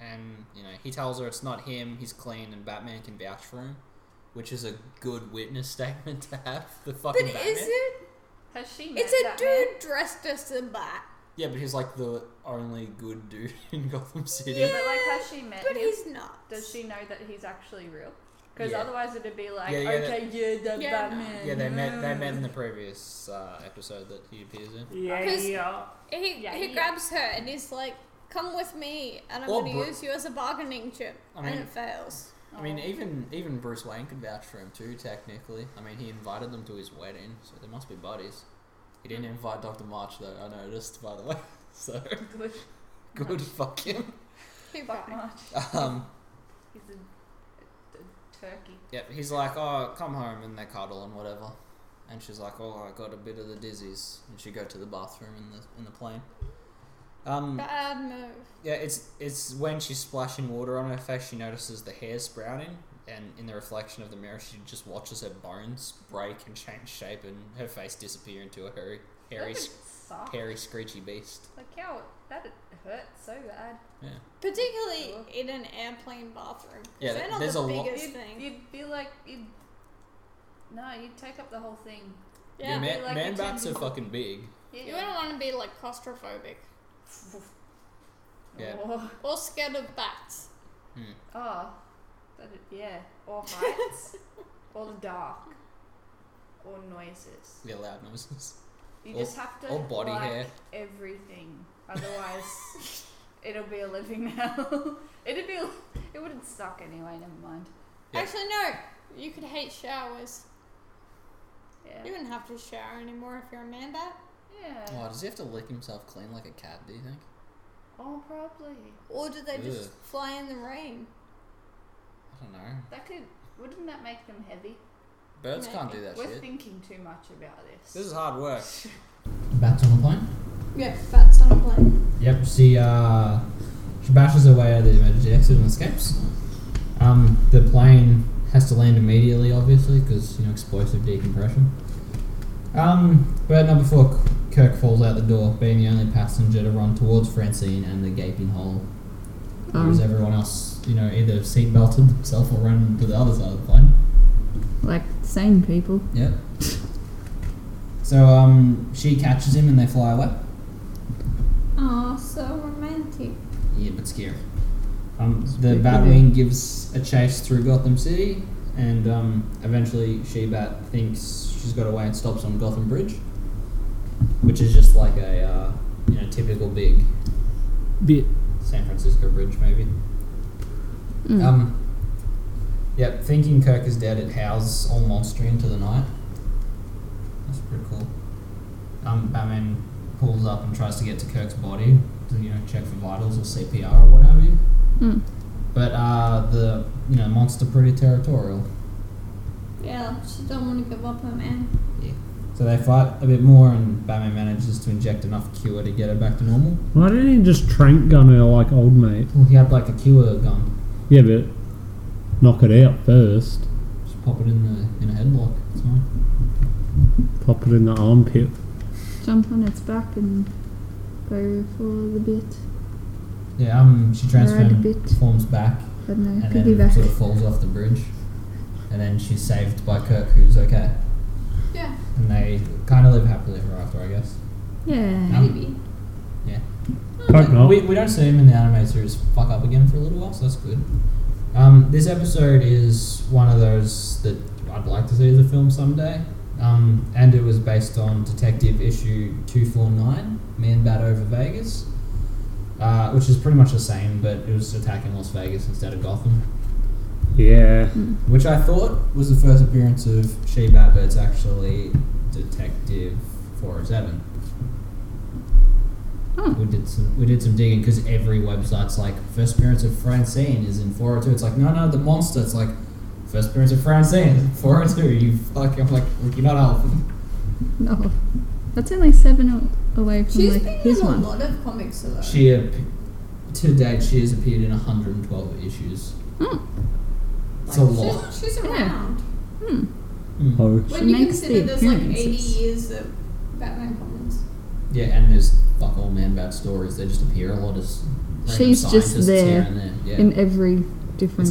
Speaker 5: And, you know, he tells her it's not him, he's clean, and Batman can vouch for him. Which is a good witness statement to have. The
Speaker 4: But
Speaker 5: fucking Batman.
Speaker 4: is it?
Speaker 1: Has she met
Speaker 4: It's a
Speaker 1: that
Speaker 4: dude
Speaker 1: man?
Speaker 4: dressed as a bat.
Speaker 5: Yeah, but he's like the only good dude in Gotham City.
Speaker 1: Yeah, but like, has she met
Speaker 4: But
Speaker 1: him?
Speaker 4: he's not.
Speaker 1: Does she know that he's actually real? Because
Speaker 5: Yeah.
Speaker 1: otherwise it'd be like,
Speaker 5: Yeah, yeah,
Speaker 1: okay, yeah, the
Speaker 4: Yeah,
Speaker 1: Batman.
Speaker 5: Yeah, they met. They met in the previous uh, episode that he appears in.
Speaker 7: Yeah,
Speaker 4: 'Cause-
Speaker 7: yeah.
Speaker 4: He,
Speaker 1: Yeah,
Speaker 4: he
Speaker 1: yeah.
Speaker 4: grabs her and he's like, come with me and I'm
Speaker 5: Or
Speaker 4: going to
Speaker 5: Bru-
Speaker 4: use you as a bargaining chip.
Speaker 5: I
Speaker 4: and
Speaker 5: mean-
Speaker 4: it fails.
Speaker 5: I mean, even even Bruce Wayne could vouch for him too. Technically, I mean, he invited them to his wedding, so they must be buddies. He didn't invite Doctor March though. I noticed, by the way. So
Speaker 1: Good
Speaker 5: good, fuck him.
Speaker 4: Who
Speaker 1: fuck
Speaker 4: cried?
Speaker 1: much.
Speaker 5: Um,
Speaker 1: He's a, a, a turkey.
Speaker 5: Yep, he's like, oh, come home, and they cuddle and whatever. And she's like, oh, I got a bit of the dizzies, and she go to the bathroom in the in the plane. Um,
Speaker 4: Bad move.
Speaker 5: yeah, it's it's when she's splashing water on her face, she notices the hair sprouting, and in the reflection of the mirror, she just watches her bones break and change shape, and her face disappear into a hairy,
Speaker 1: That
Speaker 5: hairy,
Speaker 1: would
Speaker 5: s-
Speaker 1: suck.
Speaker 5: hairy, screechy beast.
Speaker 1: Like, how that hurts so bad.
Speaker 5: Yeah,
Speaker 4: Particularly in an airplane bathroom. 'cause
Speaker 5: Yeah,
Speaker 4: they're not
Speaker 5: there's
Speaker 4: the
Speaker 5: a lot-
Speaker 4: biggest
Speaker 1: You'd,
Speaker 4: thing.
Speaker 1: you'd be like, you'd. No, you'd take up the whole thing.
Speaker 4: yeah.
Speaker 5: yeah,
Speaker 1: they
Speaker 5: man,
Speaker 1: like
Speaker 5: man
Speaker 1: it
Speaker 5: bats are
Speaker 1: too.
Speaker 5: fucking big.
Speaker 1: Yeah.
Speaker 4: You wouldn't want to be like claustrophobic
Speaker 5: Yeah.
Speaker 1: Oh,
Speaker 4: or scared of bats.
Speaker 5: Hmm,
Speaker 1: oh, that, yeah. Or heights. or the dark. Or noises.
Speaker 5: Yeah, loud noises.
Speaker 1: You
Speaker 5: Or-
Speaker 1: just have to
Speaker 5: or body
Speaker 1: like
Speaker 5: hair.
Speaker 1: everything. Otherwise, it'll be a living hell. It'd be. It wouldn't suck anyway. Never mind.
Speaker 5: Yeah.
Speaker 4: Actually, no. You could hate showers.
Speaker 1: Yeah.
Speaker 4: You wouldn't have to shower anymore if you're a man bat.
Speaker 1: Yeah.
Speaker 5: Oh, does he have to lick himself clean like a cat? Do you think?
Speaker 1: Oh, probably.
Speaker 4: Or do they just
Speaker 5: Ugh.
Speaker 4: fly in the rain?
Speaker 5: I don't know.
Speaker 1: That could. Wouldn't that make them heavy?
Speaker 5: Birds can't do
Speaker 4: Maybe.
Speaker 5: that
Speaker 1: We're
Speaker 5: shit.
Speaker 1: thinking too much about this.
Speaker 5: This is hard work. Bats on the plane?
Speaker 4: Yeah, bats on a plane.
Speaker 2: Yep, she uh, she bashes her way out of the emergency exit and escapes. Um, the plane has to land immediately, obviously, because you know explosive decompression. Um, but not before Kirk falls out the door, being the only passenger to run towards Francine and the gaping hole. Whereas
Speaker 8: Um,
Speaker 2: everyone else, you know, either seatbelted themselves or ran to the other side of the plane.
Speaker 8: like sane people.
Speaker 2: Yep. So um, she catches him and they fly away.
Speaker 4: Oh, so romantic.
Speaker 2: Yeah, but scary. Um, the
Speaker 8: Spooky
Speaker 2: Batwing gives a chase through Gotham City, and um, eventually She Bat thinks she's got away and stops on Gotham Bridge, which is just like a uh, you know typical big
Speaker 3: Bit.
Speaker 2: San Francisco bridge, maybe. Um, yep, thinking Kirk is dead, it howls all monster into the night. That's pretty cool. Um, Batman pulls up and tries to get to Kirk's body to you know check for vitals or CPR or what have you.
Speaker 8: Mm.
Speaker 2: But uh, the you know monster pretty territorial,
Speaker 4: Yeah, she don't want to give up her man.
Speaker 2: so they fight a bit more, and Batman manages to inject enough cure to get her back to normal.
Speaker 3: Why didn't he just trank gun her like old mate?
Speaker 2: Well, he had like a cure gun,
Speaker 3: Yeah, but knock it out first.
Speaker 2: just pop it in the in a headlock. It's fine.
Speaker 3: Pop it in the armpit.
Speaker 8: Jump on its back and go for the bit.
Speaker 2: Yeah, um, she
Speaker 8: Ride a
Speaker 2: transforms
Speaker 8: bit.
Speaker 2: forms back
Speaker 8: I don't know,
Speaker 2: and then sort of
Speaker 8: piggyback.
Speaker 2: falls off the bridge. And then she's saved by Kirk, who's okay.
Speaker 4: Yeah,
Speaker 2: And they kind of live happily ever after, I guess.
Speaker 8: Yeah.
Speaker 4: maybe.
Speaker 3: Hope not.
Speaker 2: We, we don't see him in the anime series fuck up again for a little while, so that's good. Um, this episode is one of those that I'd like to see as a film someday. Um, and it was based on Detective Issue 249, Man Bat Over Vegas. uh, which is pretty much the same, but it was attacking Las Vegas instead of Gotham,
Speaker 3: Yeah.
Speaker 2: which I thought was the first appearance of Shea Abbott's actually Detective 407. We did some we did some digging because every website's like first appearance of Francine is in 402. It's like no no the monster. It's like first appearance of Francine 402. You fuck. I'm like look, you're not helping.
Speaker 1: No. That's only seven a- away from
Speaker 4: She's
Speaker 1: like
Speaker 4: been
Speaker 1: his
Speaker 4: in a
Speaker 1: one.
Speaker 4: lot of comics though.
Speaker 2: She ap- to date she has appeared in 112 issues.
Speaker 1: Mm.
Speaker 2: It's a lot.
Speaker 4: She's, she's
Speaker 1: Yeah.
Speaker 4: around.
Speaker 1: Hmm.
Speaker 3: Oh,
Speaker 4: When
Speaker 1: She
Speaker 4: you
Speaker 1: makes the
Speaker 4: consider there's like 80
Speaker 1: appearances.
Speaker 4: years of Batman comics.
Speaker 2: Yeah, and there's fuck all man bad stories. They just appear a lot as random
Speaker 1: She's just
Speaker 2: scientists
Speaker 1: there
Speaker 2: here and there. Yeah.
Speaker 1: In every different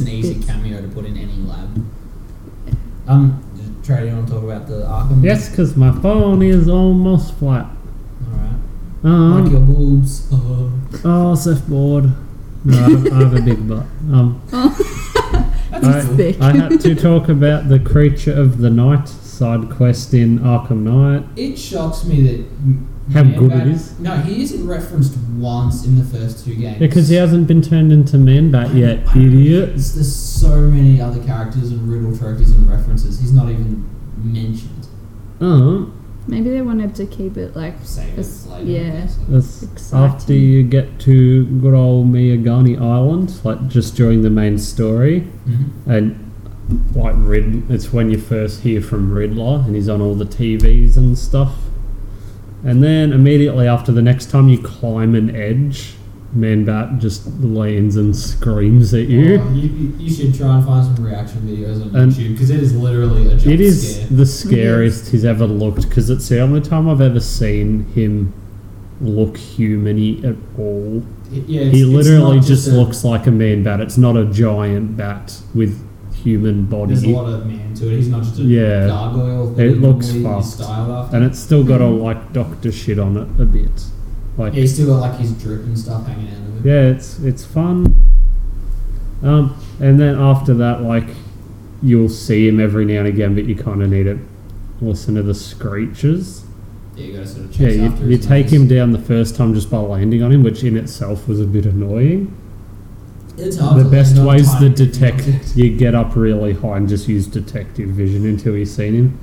Speaker 2: It's an easy
Speaker 1: bit.
Speaker 2: cameo to put in any lab. Um, Trey, you want to talk about the Arkham?
Speaker 3: yes, because my phone is almost flat.
Speaker 2: All right. Like
Speaker 3: Um,
Speaker 2: your boobs. Oh.
Speaker 3: oh, surfboard. No, I don't- I have a big butt. Um, I,
Speaker 1: thick.
Speaker 3: I had to talk about the creature of the night side quest in Arkham Knight.
Speaker 2: It shocks me that.
Speaker 3: How
Speaker 2: Man
Speaker 3: good
Speaker 2: Bat-
Speaker 3: it is.
Speaker 2: No, he isn't referenced once in the first two games.
Speaker 3: Because he hasn't been turned into Man-Bat yet, idiot.
Speaker 2: There's, there's so many other characters and riddle trophies and references. He's not even mentioned.
Speaker 3: Oh,
Speaker 1: Maybe they wanted to keep it like
Speaker 2: Save us
Speaker 1: It's-
Speaker 2: later.
Speaker 1: yeah.
Speaker 3: that's
Speaker 1: Exciting.
Speaker 3: after you get to good old Miyagani Island, like just during the main story.
Speaker 2: hmm
Speaker 3: And like Rid, it's when you first hear from Riddler, and he's on all the TVs and stuff. And then immediately after the next time you climb an edge, Man Bat just lands and screams at you.
Speaker 2: Oh, you, you should try and find some reaction videos on
Speaker 3: And-
Speaker 2: YouTube because it is literally a jump
Speaker 3: It is
Speaker 2: scare.
Speaker 3: the scariest he's ever looked because it's the only time I've ever seen him look humany at all.
Speaker 2: It- yeah, it's-
Speaker 3: He
Speaker 2: it's
Speaker 3: literally
Speaker 2: not
Speaker 3: just
Speaker 2: a-
Speaker 3: looks like a man bat. It's not a giant bat with human
Speaker 2: There's a
Speaker 3: body.
Speaker 2: lot of man to it. He's not just a
Speaker 3: Yeah.
Speaker 2: gargoyle. that
Speaker 3: It
Speaker 2: he
Speaker 3: looks
Speaker 2: normally is
Speaker 3: fucked.
Speaker 2: Styled after.
Speaker 3: And it's still got a like doctor shit on it a bit. Like
Speaker 2: yeah, he's still got like his drip and stuff hanging out of it.
Speaker 3: yeah, it's it's fun. Um, and then after that, like you'll see him every now and again, but you kind of need to listen to the screeches.
Speaker 2: Yeah, you gotta sort of chase
Speaker 3: Yeah, you,
Speaker 2: after
Speaker 3: you
Speaker 2: his
Speaker 3: take
Speaker 2: nose.
Speaker 3: him down the first time just by landing on him, which in itself was a bit annoying.
Speaker 2: It's hard
Speaker 3: the
Speaker 2: to
Speaker 3: best
Speaker 2: land on
Speaker 3: way's
Speaker 2: tiny
Speaker 3: the detect.
Speaker 2: objects.
Speaker 3: You get up really high and just use detective vision until you've seen him.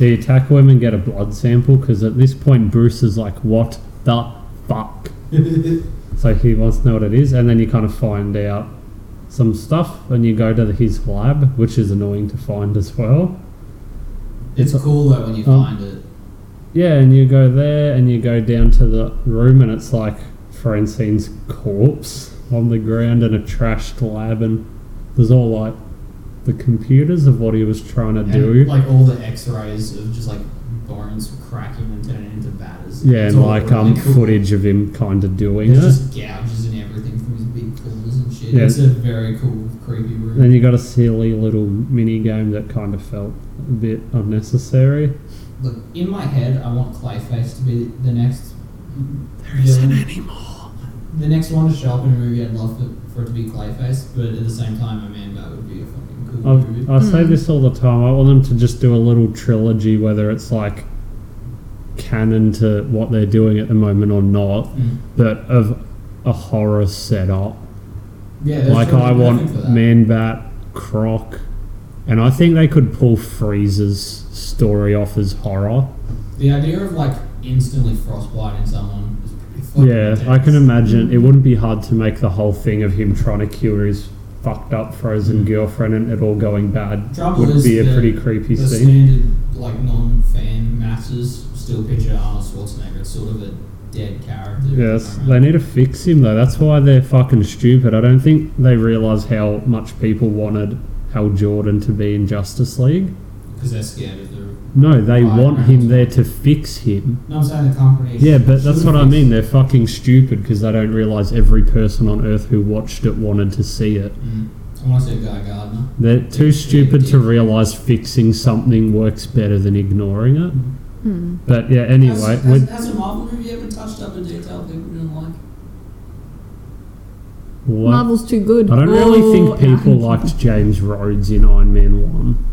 Speaker 3: You attack him and get a blood sample because at this point Bruce is like, "What the fuck?" so he wants to know what it is, and then you kind of find out some stuff, and you go to his lab, which is annoying to find as well.
Speaker 2: It's cool though when you
Speaker 3: Oh.
Speaker 2: find it.
Speaker 3: Yeah, and you go there and you go down to the room, and it's like Francine's corpse on the ground in a trashed lab, and there's all like the computers of what he was trying to
Speaker 2: And,
Speaker 3: do.
Speaker 2: Like all the X-rays of just like bones cracking and turning into batters.
Speaker 3: yeah,
Speaker 2: It's
Speaker 3: and
Speaker 2: all
Speaker 3: like
Speaker 2: really
Speaker 3: um,
Speaker 2: cool.
Speaker 3: footage of him kind of doing
Speaker 2: There's
Speaker 3: it.
Speaker 2: just gouges and everything from his big claws and shit.
Speaker 3: Yeah.
Speaker 2: It's a very cool, creepy room.
Speaker 3: Then you got a silly little mini game that kind of felt a bit unnecessary.
Speaker 2: Look, in my head, I want Clayface to be the next. There isn't anymore. The next one to show up in a movie, I'd love for, for it to be Clayface, but at the same time, a man bat would be a fucking cool
Speaker 3: I've,
Speaker 2: movie.
Speaker 3: I say this all the time. I want them to just do a little trilogy, whether it's like canon to what they're doing at the moment or not,
Speaker 2: Mm.
Speaker 3: but of a horror setup.
Speaker 2: Yeah, that's
Speaker 3: Like
Speaker 2: what
Speaker 3: I
Speaker 2: I'm looking for
Speaker 3: want
Speaker 2: that.
Speaker 3: Man Bat, Croc, and I think they could pull Freeze's story off as horror.
Speaker 2: The idea of like instantly frostbiting someone is pretty fucking
Speaker 3: Yeah, I
Speaker 2: intense.
Speaker 3: can imagine it wouldn't be hard to make the whole thing of him trying to cure his fucked up
Speaker 2: Hmm.
Speaker 3: frozen girlfriend and it all going bad
Speaker 2: Trouble
Speaker 3: would
Speaker 2: is
Speaker 3: be a
Speaker 2: the-
Speaker 3: pretty creepy
Speaker 2: The
Speaker 3: scene.
Speaker 2: standard like non-fan masses still picture Arnold Schwarzenegger as sort of a dead character.
Speaker 3: Yes,
Speaker 2: Around.
Speaker 3: they need to fix him though. That's why they're fucking stupid. I don't think they realize how much people wanted Hal Jordan to be in Justice League.
Speaker 2: because they're scared of the.
Speaker 3: No, they
Speaker 2: Right,
Speaker 3: want
Speaker 2: right.
Speaker 3: him there to fix him.
Speaker 2: No, I'm saying the company.
Speaker 3: Yeah, but that's
Speaker 2: should
Speaker 3: what I
Speaker 2: fix-
Speaker 3: mean. They're fucking stupid because they don't realize every person on Earth who watched it wanted to see it.
Speaker 2: Mm. I want to see Guy Gardner.
Speaker 3: They're too stupid to realize fixing something works better than ignoring it. But yeah, anyway,
Speaker 2: Has, has,
Speaker 3: with
Speaker 2: has a Marvel movie ever touched up a detail people didn't like?
Speaker 3: what?
Speaker 1: Marvel's too good.
Speaker 3: I don't really
Speaker 1: Oh,
Speaker 3: think people
Speaker 1: yeah.
Speaker 3: liked James Rhodes in Iron Man 1.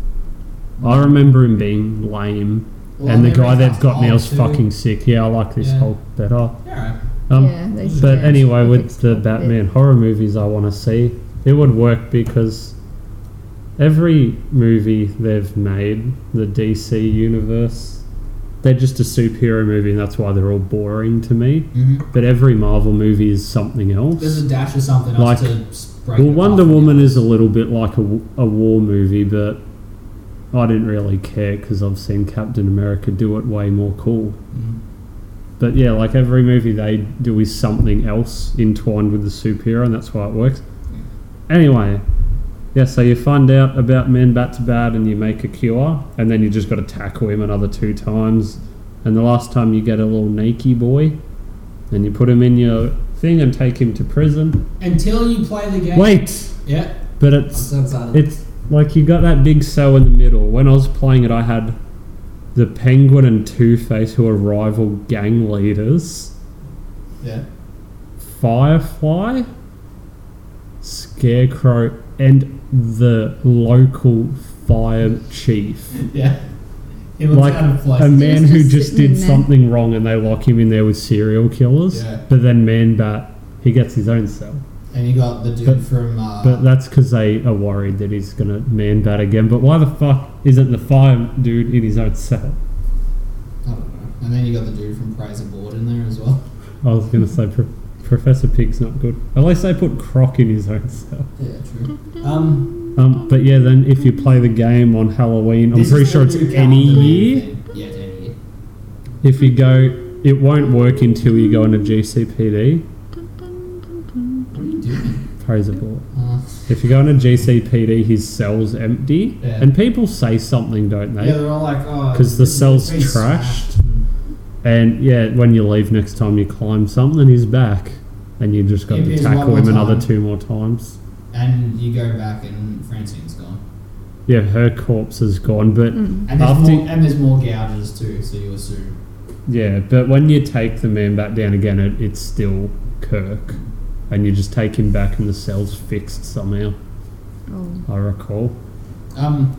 Speaker 3: I remember him being lame,
Speaker 2: Well,
Speaker 3: and
Speaker 2: I
Speaker 3: the
Speaker 2: remember
Speaker 3: guy
Speaker 2: he
Speaker 3: they've
Speaker 2: cast
Speaker 3: got now
Speaker 2: Hulk
Speaker 3: is
Speaker 2: too.
Speaker 3: fucking sick. Yeah, I like this
Speaker 2: Yeah.
Speaker 3: Hulk better.
Speaker 2: Yeah, right.
Speaker 3: Um,
Speaker 1: yeah, they should
Speaker 3: But
Speaker 1: have
Speaker 3: anyway, with
Speaker 1: fixed it
Speaker 3: the
Speaker 1: a bit.
Speaker 3: Batman horror movies I want to see, it would work because every movie they've made, the DC universe, they're just a superhero movie, and that's why they're all boring to me.
Speaker 2: Mm-hmm.
Speaker 3: But every Marvel movie is something
Speaker 2: There's
Speaker 3: else.
Speaker 2: a dash of something
Speaker 3: Like-
Speaker 2: else to s- break.
Speaker 3: Well,
Speaker 2: it
Speaker 3: Wonder
Speaker 2: off.
Speaker 3: Woman is a little bit like a, w- a war movie, but I didn't really care because I've seen Captain America do it way more cool.
Speaker 2: Mhm.
Speaker 3: But yeah, like every movie they do is something else entwined with the superhero, and that's why it works. Anyway, yeah, so you find out about Man Bat's bad and you make a cure, and then you just got to tackle him another two times. And the last time you get a little nakey boy, and you put him in your thing and take him to prison.
Speaker 2: Until you play the game.
Speaker 3: Wait!
Speaker 2: Yeah.
Speaker 3: But
Speaker 2: I'm
Speaker 3: it's
Speaker 2: so excited.
Speaker 3: it's like you got that big cell in the middle. When I was playing it, I had the Penguin and Two Face, who are rival gang leaders.
Speaker 2: yeah.
Speaker 3: Firefly, Scarecrow, and the local fire chief.
Speaker 2: Yeah. He looks
Speaker 3: Like um,
Speaker 2: out of place.
Speaker 3: a man who
Speaker 1: just
Speaker 3: just
Speaker 1: sitting
Speaker 3: did
Speaker 1: in there.
Speaker 3: something wrong, and they lock him in there with serial killers.
Speaker 2: Yeah.
Speaker 3: But then Man Bat, he gets his own cell.
Speaker 2: and you got the dude
Speaker 3: But-
Speaker 2: from. Uh,
Speaker 3: But that's because they are worried that he's gonna man bat again. But why the fuck isn't the fire dude in his own cell?
Speaker 2: I don't know. And then you got the dude from Praise and Board in there as well.
Speaker 3: I was gonna say Pro- Professor Pig's not good. At least they put Croc in his own cell.
Speaker 2: Yeah, true. Um,
Speaker 3: Um, but yeah, then if you play the game on Halloween, I'm
Speaker 2: this
Speaker 3: pretty
Speaker 2: is
Speaker 3: sure
Speaker 2: the
Speaker 3: it's
Speaker 2: new
Speaker 3: any
Speaker 2: calendar
Speaker 3: year.
Speaker 2: thing. Yeah, it's any year.
Speaker 3: If you go, it won't work until you go into GCPD.
Speaker 2: What are you doing?
Speaker 3: Praise the Lord.
Speaker 2: Uh,
Speaker 3: If you go into GCPD, his cell's empty,
Speaker 2: Yeah.
Speaker 3: and people say something, don't they?
Speaker 2: yeah, they're all like, oh.
Speaker 3: 'Cause the
Speaker 2: it's
Speaker 3: cell's
Speaker 2: been smashed.
Speaker 3: And yeah, when you leave next time, you climb something, he's back. And you just got
Speaker 2: If
Speaker 3: to
Speaker 2: he's one
Speaker 3: tackle
Speaker 2: more
Speaker 3: him another
Speaker 2: time.
Speaker 3: two more times.
Speaker 2: And you go back and Francine's gone.
Speaker 3: Yeah, her corpse is gone, but
Speaker 2: And there's,
Speaker 3: After-
Speaker 2: more, and there's more gouges too, so you assume.
Speaker 3: yeah, but when you take the man back down again, it, it's still Kirk. And you just take him back, and the cell's fixed somehow,
Speaker 1: Oh,
Speaker 3: I recall.
Speaker 2: Um,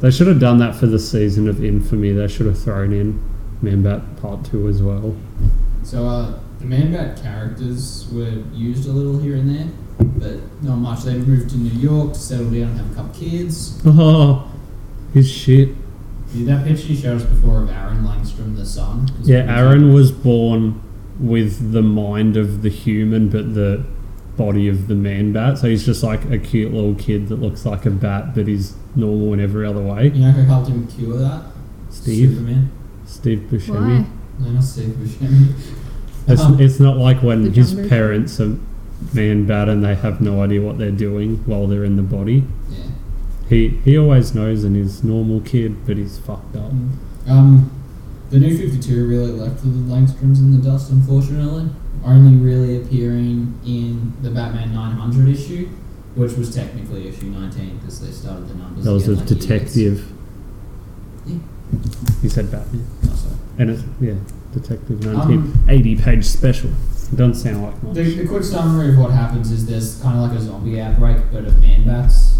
Speaker 3: They should have done that for the season of Infamy. They should have thrown in Manbat Part 2 as well.
Speaker 2: so uh, the Man Bat characters were used a little here and there, but not much. They moved to New York to settle down and have a couple kids.
Speaker 3: Oh, his shit.
Speaker 2: Yeah, that picture you showed us before of Aaron Langstrom, the son. is
Speaker 3: Yeah,
Speaker 2: pretty
Speaker 3: Aaron was born with the mind of the human, but the body of the man bat. So he's just like a cute little kid that looks like a bat, but he's normal in every other
Speaker 2: cool.
Speaker 3: way.
Speaker 2: You know who helped him cure that?
Speaker 3: Steve,
Speaker 2: Superman.
Speaker 3: Steve Buscemi.
Speaker 1: why?
Speaker 2: No, not Steve Buscemi.
Speaker 3: It's,
Speaker 2: Um,
Speaker 3: it's not like
Speaker 1: The
Speaker 3: when his
Speaker 1: jumper.
Speaker 3: parents are man bat and they have no idea what they're doing while they're in the body.
Speaker 2: yeah.
Speaker 3: He he always knows and he's normal kid, but he's fucked up.
Speaker 2: Um, the new 52 really left the Langstroms in the dust, unfortunately. Only really appearing in the Batman 900 issue, which was technically issue 19 because they started the numbers.
Speaker 3: That was a
Speaker 2: again, like you guys.
Speaker 3: detective.
Speaker 2: Yeah.
Speaker 3: He said Batman.
Speaker 2: Oh, sorry.
Speaker 3: And it's, yeah, Detective 19.
Speaker 2: Um,
Speaker 3: 80 page special. Don't sound like much.
Speaker 2: The, the quick summary of what happens is there's kind of like a zombie outbreak, but of man bats,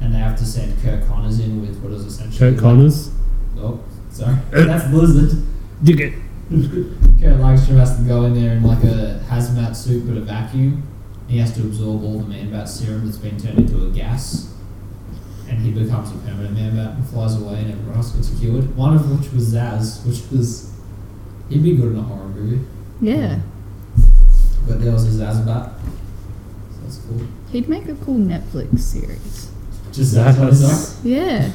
Speaker 2: and they have to send Kirk Connors in with what is essentially
Speaker 3: Kurt Connors.
Speaker 2: Like, oh, sorry, that's Blizzard.
Speaker 3: Dig it.
Speaker 2: Kirk Langstrom has to go in there in like a hazmat suit, but a vacuum. He has to absorb all the man bat serum that's been turned into a gas, and he becomes a permanent man bat and flies away, and everyone else gets cured. One of which was Zaz, which was he'd be good in a horror movie,
Speaker 1: Yeah,
Speaker 2: but there was a Zaz bat, so that's cool.
Speaker 1: he'd make a cool Netflix series.
Speaker 2: Just
Speaker 3: Zaz.
Speaker 2: Zaz on his own.
Speaker 1: Yeah,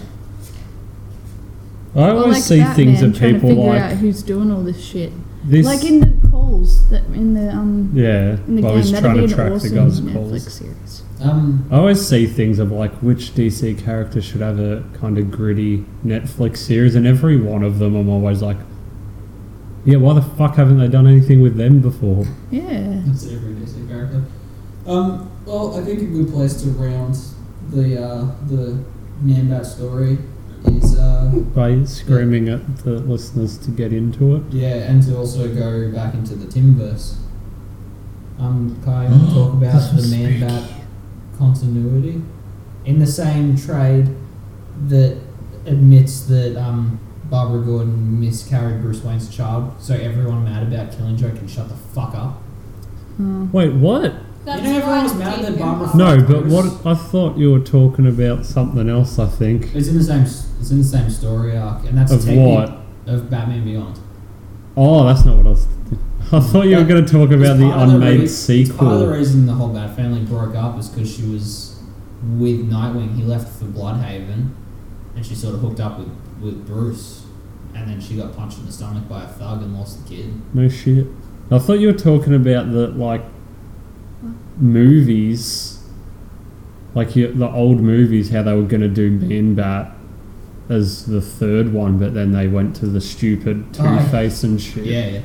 Speaker 3: I
Speaker 1: Or
Speaker 3: always
Speaker 1: like
Speaker 3: see
Speaker 1: Batman
Speaker 3: things that
Speaker 1: trying to
Speaker 3: people
Speaker 1: figure out
Speaker 3: like
Speaker 1: who's doing all this shit.
Speaker 3: this.
Speaker 1: like in the calls that in the um
Speaker 3: yeah,
Speaker 1: in the
Speaker 3: while
Speaker 1: game
Speaker 3: he's
Speaker 1: that'd
Speaker 3: trying
Speaker 1: be
Speaker 3: to
Speaker 1: an
Speaker 3: track the
Speaker 1: awesome
Speaker 3: guy's
Speaker 1: Netflix
Speaker 3: calls.
Speaker 1: series.
Speaker 2: Um,
Speaker 3: I always see things of like which DC character should have a kind of gritty Netflix series, and every one of them I'm always like, yeah, why the fuck haven't they done anything with them before?
Speaker 1: Yeah,
Speaker 2: that's every DC character. Um, well, I think a good place to round the uh, the Man Bat story is uh,
Speaker 3: By screaming at the listeners to get into it.
Speaker 2: yeah, and to also go back into the Timverse. Um, Kai, you wanna talk about the Man Bat continuity in the same trade that admits that um, Barbara Gordon miscarried Bruce Wayne's child, so everyone mad about Killinger can shut the fuck up.
Speaker 1: Mm.
Speaker 3: Wait, what?
Speaker 9: That's
Speaker 2: you know everyone
Speaker 9: right,
Speaker 2: was mad that
Speaker 9: Deacon.
Speaker 2: Barbara.
Speaker 3: No,
Speaker 2: fucked
Speaker 3: but
Speaker 2: Bruce.
Speaker 3: what I thought you were talking about something else. I think
Speaker 2: It's in the same. It's in the same story arc, and that's
Speaker 3: of
Speaker 2: technically-
Speaker 3: what?
Speaker 2: of Batman Beyond.
Speaker 3: Oh, that's not what I was. I thought you were
Speaker 2: But
Speaker 3: going to talk about
Speaker 2: It's
Speaker 3: the
Speaker 2: part of
Speaker 3: unmade
Speaker 2: rea- it's Part of the
Speaker 3: sequel.
Speaker 2: reason the whole Bat family broke up is because she was with Nightwing. He left for Bloodhaven, and she sort of hooked up with, with Bruce, and then she got punched in the stomach by a thug and lost the kid.
Speaker 3: No shit. I thought you were talking about the like movies, like you, the old movies, how they were going to do Man Bat as the third one, but then they went to the stupid Two
Speaker 2: Oh.
Speaker 3: Face and shit.
Speaker 2: Yeah, yeah.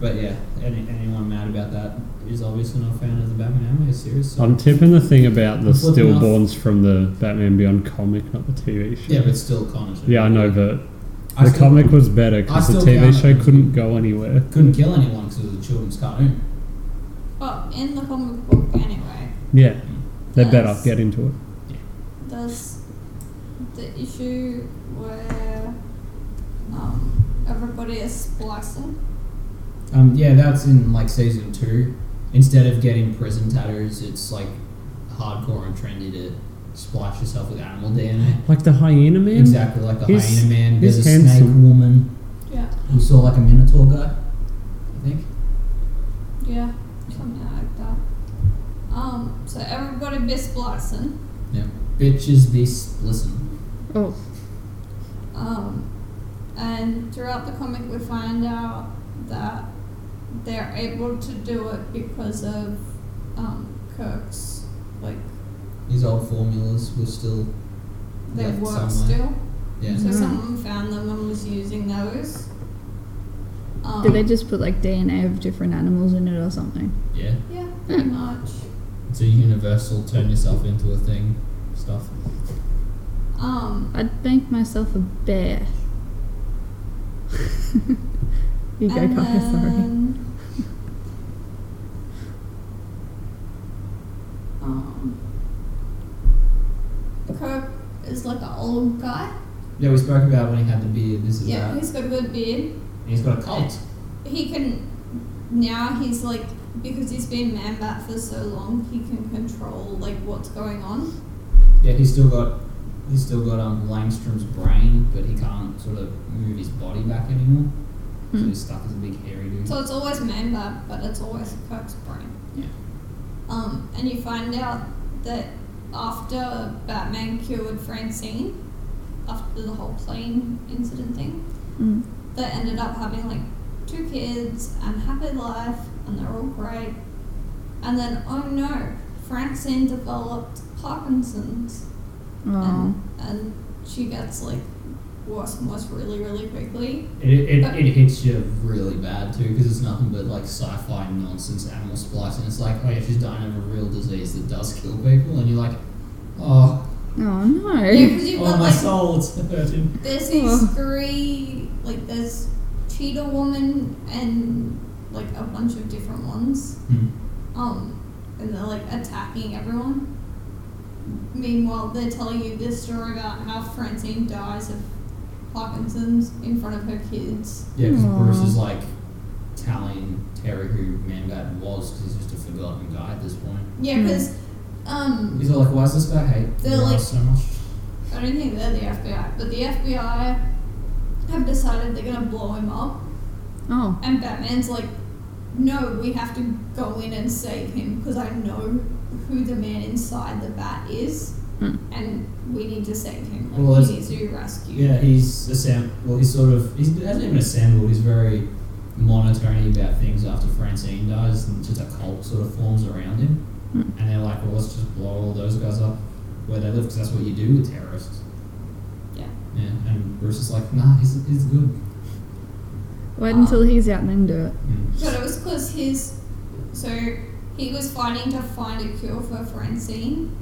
Speaker 2: But yeah, any, anyone mad about that is obviously not a fan of the Batman animated series. So.
Speaker 3: I'm tipping the thing about the
Speaker 2: I'm flipping off.
Speaker 3: stillborns from the Batman Beyond comic, not the TV show.
Speaker 2: yeah, but it's still Connors.
Speaker 3: Yeah, I know, but
Speaker 2: I
Speaker 3: the
Speaker 2: still
Speaker 3: comic was better
Speaker 2: I
Speaker 3: because the
Speaker 2: still
Speaker 3: TV
Speaker 2: count
Speaker 3: show
Speaker 2: it as
Speaker 3: couldn't go anywhere.
Speaker 2: couldn't kill anyone because it was a children's cartoon.
Speaker 4: Well, in the comic book, anyway,
Speaker 3: Yeah, they're better.
Speaker 4: Yes.
Speaker 3: Get into it.
Speaker 4: there's the issue where um, everybody is splicing.
Speaker 2: Um, yeah, that's in like season two. Instead of getting prison tattoos, it's like hardcore and trendy to splash yourself with animal DNA.
Speaker 3: Like the Hyena Man.
Speaker 2: Exactly like the
Speaker 3: He's-
Speaker 2: hyena man. There's a
Speaker 3: he's
Speaker 2: snake
Speaker 3: handsome.
Speaker 2: woman.
Speaker 4: Yeah,
Speaker 2: You saw like a minotaur guy, I think.
Speaker 4: yeah, something like that. Um, so everybody be splicing.
Speaker 2: Yeah. Bitches be splissing.
Speaker 1: Oh,
Speaker 4: Um, and throughout the comic, we find out that they're able to do it because of um, Kirk's like
Speaker 2: These old formulas were still
Speaker 4: they
Speaker 2: left
Speaker 4: work
Speaker 2: somewhere.
Speaker 4: still.
Speaker 2: Yeah.
Speaker 4: So
Speaker 1: Mhm.
Speaker 4: someone found them and was using those. Um,
Speaker 1: did they just put like DNA of different animals in it or something?
Speaker 2: Yeah.
Speaker 4: Yeah, pretty much.
Speaker 2: It's a universal turn yourself into a thing stuff.
Speaker 4: Um,
Speaker 1: I'd make myself a bear. you go,
Speaker 4: and uh,
Speaker 1: Kaka, sorry.
Speaker 4: then, um, Kirk is like an old guy.
Speaker 2: Yeah, we spoke about when he had the beard. This is
Speaker 4: Yeah,
Speaker 2: that.
Speaker 4: he's got a good beard.
Speaker 2: And he's got a cult.
Speaker 4: He can now he's like because he's been man bat for so long, he can control like what's going on.
Speaker 2: Yeah, he's still got he's still got um Langstrom's brain, but he can't sort of move his body back anymore. So
Speaker 1: Hmm.
Speaker 2: he's stuck as a big hairy dude.
Speaker 4: So it's always man bat, but it's always Kirk's brain.
Speaker 2: Yeah.
Speaker 4: Um, and you find out that after Batman cured Francine, after the whole plane incident thing,
Speaker 1: Mm.
Speaker 4: they ended up having like two kids and happy life and they're all great. And then oh no, Francine developed Parkinson's
Speaker 1: Oh.
Speaker 4: and, Um, and she gets like worse and worse really, really quickly.
Speaker 2: It, it, it hits you really bad too because it's nothing but like sci-fi nonsense animal splicing. It's like oh yeah, she's dying of a real disease that does kill people, and you're like, oh,
Speaker 1: Oh no.
Speaker 4: Yeah, 'cause you've
Speaker 2: oh
Speaker 4: got
Speaker 2: my
Speaker 4: like
Speaker 2: soul, it's hurting.
Speaker 4: There's
Speaker 1: Oh.
Speaker 4: these three, like there's Cheetah Woman and like a bunch of different ones.
Speaker 2: Hmm.
Speaker 4: Um, and they're like attacking everyone. Meanwhile, they're telling you this story about how Francine dies of Parkinson's in front of her kids.
Speaker 2: Yeah, because Bruce
Speaker 1: Aw.
Speaker 2: is like telling Terry who Manbat was because he's just a forgotten guy at this point.
Speaker 4: Yeah, because um,
Speaker 2: He's all like, why is this guy hate?
Speaker 4: They're
Speaker 2: Ross
Speaker 4: like-
Speaker 2: so much.
Speaker 4: I don't think they're the FBI, but the FBI have decided they're gonna blow him up.
Speaker 1: Oh.
Speaker 4: And Batman's like, no, we have to go in and save him because I know who the man inside the bat is,
Speaker 1: Hmm.
Speaker 4: and we need to save him. Like,
Speaker 2: Well,
Speaker 4: he
Speaker 2: that's-
Speaker 4: needs to be rescued.
Speaker 2: Yeah, he's a sam. Well, he's sort of. He's, he hasn't even assembled. He's very monotony about things after Francine dies, and just a cult sort of forms around him.
Speaker 1: Hmm.
Speaker 2: And they're like, well, let's just blow all those guys up where they live, because that's what you do with terrorists.
Speaker 4: Yeah.
Speaker 2: Yeah, and Bruce is like, nah, he's, he's good.
Speaker 1: Wait until he's out and then do it.
Speaker 2: Mm.
Speaker 4: But it was because his. So he was fighting to find a cure for Francine.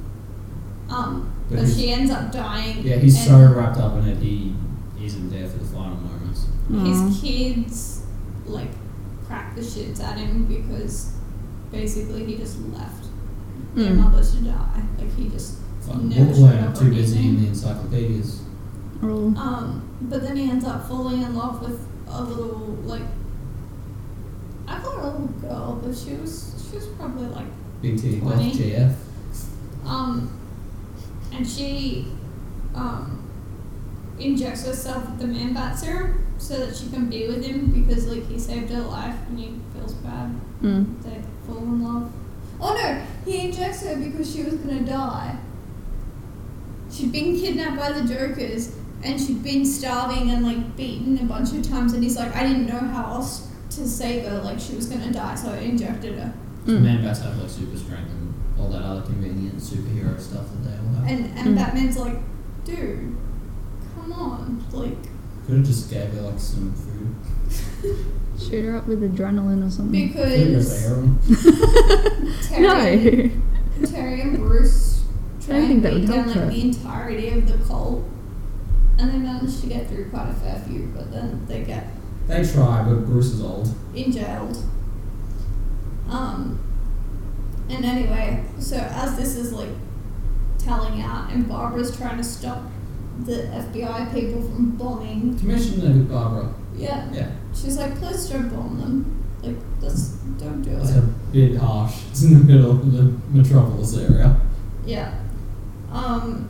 Speaker 4: Um,
Speaker 2: But
Speaker 4: but,
Speaker 2: he's-
Speaker 4: she ends up dying.
Speaker 2: Yeah, he's so
Speaker 4: and
Speaker 2: wrapped up in it, he isn't there for the final moments.
Speaker 1: Aw.
Speaker 4: His kids, like, crack the shits at him because basically he just left their
Speaker 1: Mm.
Speaker 4: mother to die. Like, he just
Speaker 2: Fucking
Speaker 4: Never
Speaker 2: bookworm,
Speaker 4: showed up
Speaker 2: too
Speaker 4: on
Speaker 2: busy in
Speaker 4: anything.
Speaker 2: the encyclopedias.
Speaker 1: roll.
Speaker 4: Um, but then he ends up falling in love with a little like I got a little girl, but she was she was probably like
Speaker 2: Big T, buff
Speaker 4: Twenty.
Speaker 2: GF.
Speaker 4: um, and she um injects herself with the man bat serum so that she can be with him because like he saved her life and he feels bad
Speaker 1: Mm.
Speaker 4: they fall in love. Oh no, he injects her because she was gonna die. She'd been kidnapped by the Jokers and she'd been starving and like beaten a bunch of times, and he's like, I didn't know how else to save her, like she was gonna die, so I injected her.
Speaker 1: Mm.
Speaker 2: Man bats have like super strength and all that other convenient superhero stuff that they all have.
Speaker 4: And and
Speaker 1: Mm.
Speaker 4: Batman's like, dude, come on, like,
Speaker 2: Could have just gave her like some food.
Speaker 1: Shoot her up with adrenaline or something.
Speaker 2: Could have
Speaker 4: because
Speaker 2: heroin.
Speaker 4: Terry,
Speaker 1: no.
Speaker 4: Terry and Bruce try
Speaker 1: I don't think
Speaker 4: and
Speaker 1: that
Speaker 4: beat
Speaker 1: would
Speaker 4: down
Speaker 1: help
Speaker 4: like
Speaker 1: her.
Speaker 4: the entirety of the cult, and they managed to get through quite a fair few, but then they get
Speaker 2: They try, but Bruce is old.
Speaker 4: in jailed. Um, and anyway, so as this is like telling out, and Barbara's trying to stop the FBI people from bombing,
Speaker 2: Commissioner with Barbara.
Speaker 4: yeah,
Speaker 2: Yeah,
Speaker 4: she's like, please don't bomb them. Like, that's, don't do
Speaker 2: that's
Speaker 4: it.
Speaker 2: a bit harsh. It's in the middle of the metropolis area.
Speaker 4: Yeah. Um,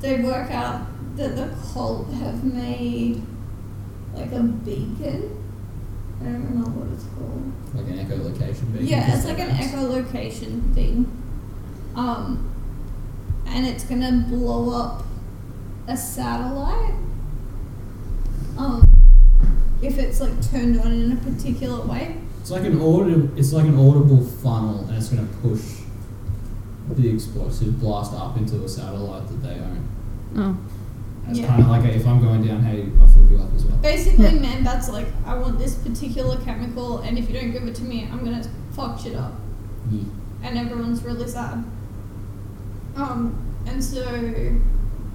Speaker 4: they work out that the cult have made like a beacon. I don't know what it's called.
Speaker 2: Like an echolocation beacon.
Speaker 4: Yeah,
Speaker 2: just
Speaker 4: it's like an
Speaker 2: that.
Speaker 4: echolocation thing. Um, and it's gonna blow up a satellite. Um, if it's like turned on in a particular way.
Speaker 2: It's like an audible. It's like an audible funnel, and it's going to push the explosive blast up into a satellite that they own.
Speaker 1: Oh.
Speaker 2: And It's
Speaker 4: Yeah.
Speaker 2: kind of like a, if I'm going down, hey, I'll flip you up as well.
Speaker 4: Basically,
Speaker 1: Yeah.
Speaker 4: man, that's like, I want this particular chemical, and if you don't give it to me, I'm gonna fuck shit up.
Speaker 2: Yeah.
Speaker 4: and everyone's really sad. Um, and so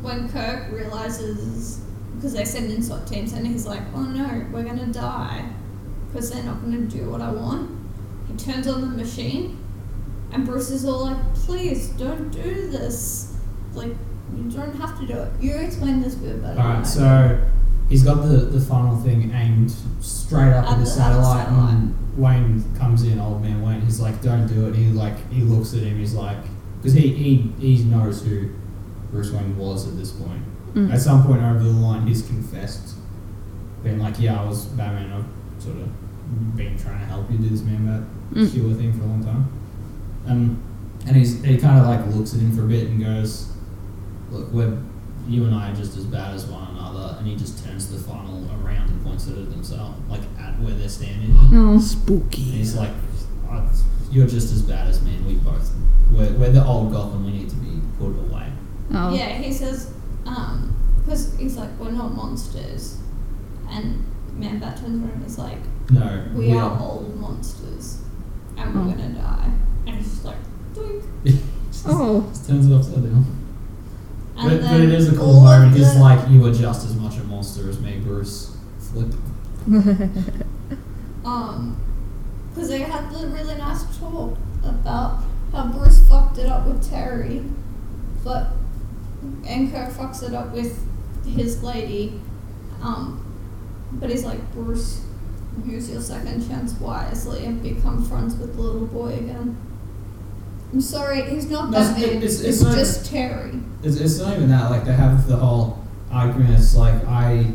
Speaker 4: when Kirk realizes, because they send in SWAT teams, and he's like, "Oh no, we're gonna die, because they're not gonna do what I want." He turns on the machine, and Bruce is all like, "Please don't do this. Like, you don't have to do it. You explain this bit better."
Speaker 2: All
Speaker 4: than I
Speaker 2: right,
Speaker 4: do."
Speaker 2: so he's got the, the funnel thing aimed straight up at the
Speaker 4: At the- at the
Speaker 2: satellite,
Speaker 4: satellite.
Speaker 2: and Wayne comes in, old man Wayne. He's like, "Don't do it." And he like he looks at him. He's like, because he, he he knows who Bruce Wayne was at this point.
Speaker 1: Mm.
Speaker 2: At some point over the line, he's confessed, being like, "Yeah, I was Batman. I've sort of been trying to help you do this man bat
Speaker 1: Mm.
Speaker 2: cure thing for a long time." Um, and he's he kind of like looks at him for a bit and goes, "Look, we're you and I are just as bad as one another." And he just turns the funnel around and points it at himself, like at where they're standing.
Speaker 1: Oh.
Speaker 2: And
Speaker 3: Spooky.
Speaker 2: he's like, "I- "You're just as bad as me. and We both we're, we're the old Gotham. We need to be put away."
Speaker 1: Oh.
Speaker 4: Yeah, he says, um, because he's like, we're not monsters. And Man Bat turns around and is like,
Speaker 2: No,
Speaker 4: we, are old monsters. And we're
Speaker 1: Oh.
Speaker 4: gonna die. And he's just like, doink.
Speaker 1: Oh.
Speaker 2: Just turns it upside down.
Speaker 4: And
Speaker 2: But, but
Speaker 4: then
Speaker 2: it is a
Speaker 4: all
Speaker 2: cool
Speaker 4: of
Speaker 2: moment. It's
Speaker 4: the-
Speaker 2: like you are just as much a monster as me, Bruce. Flip.
Speaker 4: Um, because they had the really nice talk about how Bruce fucked it up with Terry, but and Kirk fucks it up with his lady. Um, but he's like Bruce, use your second chance wisely and become friends with the little boy again. I'm sorry, he's not
Speaker 2: No, it's-
Speaker 4: that big.
Speaker 2: it's-
Speaker 4: It's,
Speaker 2: it's not-
Speaker 4: just Terry.
Speaker 2: It's, it's not even that. Like they have the whole argument. It's like I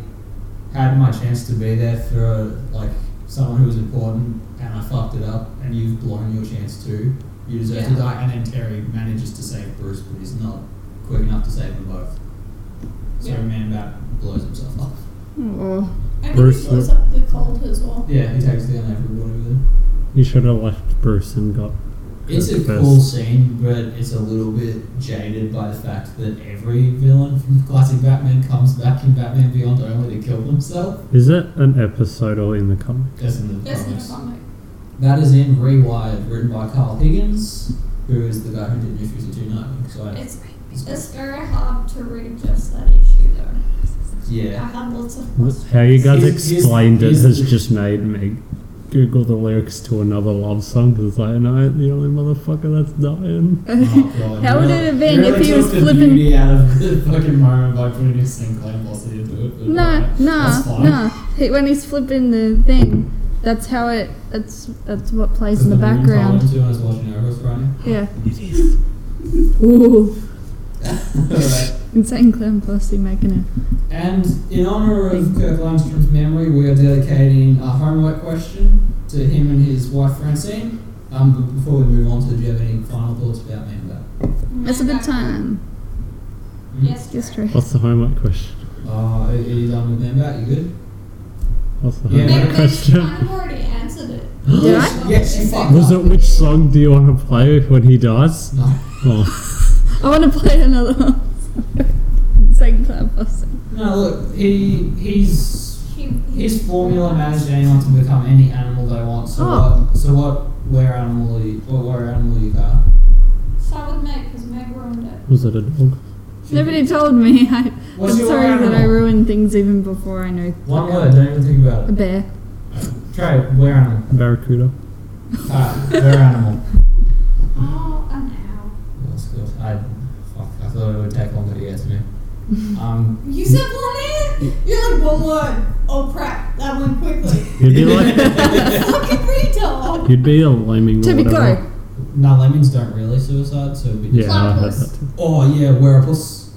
Speaker 2: had my chance to be there for like someone who was important, and I fucked it up, and you've blown your chance too. You deserve to
Speaker 4: Yeah.
Speaker 2: die. And then Terry manages to save Bruce, but he's not quick enough to save them both. So
Speaker 4: Yeah.
Speaker 2: Man Bat blows himself up.
Speaker 1: oh.
Speaker 4: And
Speaker 3: Bruce
Speaker 4: he blows
Speaker 3: would-
Speaker 4: up the cold as well.
Speaker 2: Yeah, he takes down everybody with him.
Speaker 3: You should have left Bruce and got.
Speaker 2: It's a
Speaker 3: That's the
Speaker 2: cool
Speaker 3: best.
Speaker 2: scene, but it's a little bit jaded by the fact that every villain from classic Batman comes back in Batman Beyond only to kill themselves.
Speaker 3: Is it an episode or in the comic?
Speaker 2: That's in the
Speaker 4: That's in the
Speaker 2: comics.
Speaker 4: comic.
Speaker 2: That is in Rewired, written by Carl Higgins, who is the guy who did New 5290. So I,
Speaker 4: It's, it's very hard to read just that issue though. I
Speaker 2: yeah.
Speaker 4: had lots of
Speaker 3: How you guys
Speaker 2: He's- he's-
Speaker 3: explained it
Speaker 2: he's-
Speaker 3: has just made me Google the lyrics to another love song because it's like, and I ain't the only motherfucker that's dying.
Speaker 2: Oh, God.
Speaker 1: How would it have been
Speaker 2: really
Speaker 1: if he was
Speaker 2: took the
Speaker 1: flipping-
Speaker 2: beauty out of the fucking moment by putting his thing claim whilst he didn't do it. but
Speaker 1: No,
Speaker 2: alright,
Speaker 1: no,
Speaker 2: that's fine.
Speaker 1: no. He, when he's flipping the thing, that's how it. That's that's what plays in the
Speaker 2: Because moon fell
Speaker 1: background.
Speaker 2: into and I was watching over us right now.
Speaker 1: Yeah. It is. Ooh,
Speaker 2: Alright.
Speaker 1: insane clown posse making it.
Speaker 2: And in honour of Kirk Langstrom's memory, we are dedicating a homework question to him and his wife Francine. Um, but before we move on, to, do you have any final thoughts about Manda?
Speaker 1: It's a good time.
Speaker 4: Yes,
Speaker 1: Yes, true.
Speaker 3: What's the homework question?
Speaker 2: Uh, are are you done with Manda? You good?
Speaker 3: What's the
Speaker 2: Yeah.
Speaker 3: homework
Speaker 4: Maybe she
Speaker 3: question?
Speaker 4: kind of already answered it.
Speaker 1: Did I?
Speaker 2: Yes, you fucked
Speaker 3: Was
Speaker 2: up.
Speaker 3: it which song do you want to play when he dies?
Speaker 2: No.
Speaker 3: Oh,
Speaker 1: I want to play another one. insane clown posse.
Speaker 2: No, look, he, he's
Speaker 4: He,
Speaker 2: His formula managed anyone to become any animal they want. So
Speaker 1: Oh.
Speaker 2: what? So what? Where animal? You, what? Where animal you are?
Speaker 4: So I would make because Meg ruined it.
Speaker 3: was it a dog?
Speaker 1: Nobody told me. I, I'm
Speaker 2: What's your
Speaker 1: sorry
Speaker 2: animal?
Speaker 1: that I ruined things even before I know.
Speaker 2: One word. Don't even think about
Speaker 1: A
Speaker 2: it.
Speaker 1: bear.
Speaker 2: Try it, where animal.
Speaker 3: Barracuda.
Speaker 2: Ah, where animal.
Speaker 4: Oh, an owl.
Speaker 2: That's good. I fuck. I thought it would take longer to get to me. Um,
Speaker 4: You said one word. You're like one word. Oh crap! That went quickly.
Speaker 3: You'd be like,
Speaker 4: Fucking retard.
Speaker 3: you'd be a lemming. or
Speaker 1: Toby,
Speaker 3: whatever.
Speaker 1: go.
Speaker 2: now lemmings don't really suicide, so we.
Speaker 3: Yeah, I heard
Speaker 4: Platypus.
Speaker 3: that too.
Speaker 2: Oh yeah, werepus.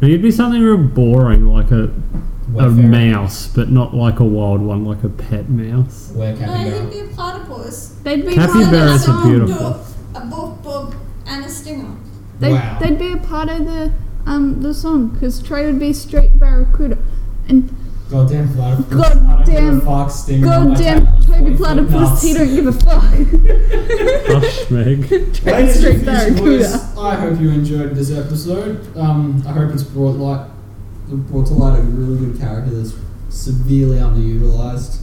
Speaker 3: No, you'd be something real boring, like a a
Speaker 2: Werefere,
Speaker 3: mouse, but not like a wild one, like a pet mouse.
Speaker 4: No,
Speaker 2: Werecapybara.
Speaker 4: he'd be a platypus.
Speaker 1: They'd be
Speaker 3: Happy
Speaker 1: part of the
Speaker 3: bears are
Speaker 1: song.
Speaker 3: beautiful.
Speaker 4: A bob bob and a stinger.
Speaker 1: They'd,
Speaker 2: Wow.
Speaker 1: they'd be a part of the um the song because Trey would be straight barracuda, and
Speaker 2: Goddamn platypus.
Speaker 1: Goddamn-
Speaker 2: Fox stinger.
Speaker 1: goddamn Toby Platypus, he don't give a fuck.
Speaker 3: Hush, Meg.
Speaker 2: Ladies
Speaker 1: Straight
Speaker 2: and gentlemen,
Speaker 1: barracuda.
Speaker 2: I hope you enjoyed this episode. Um, I hope it's brought light, brought to light a really good character that's severely underutilized.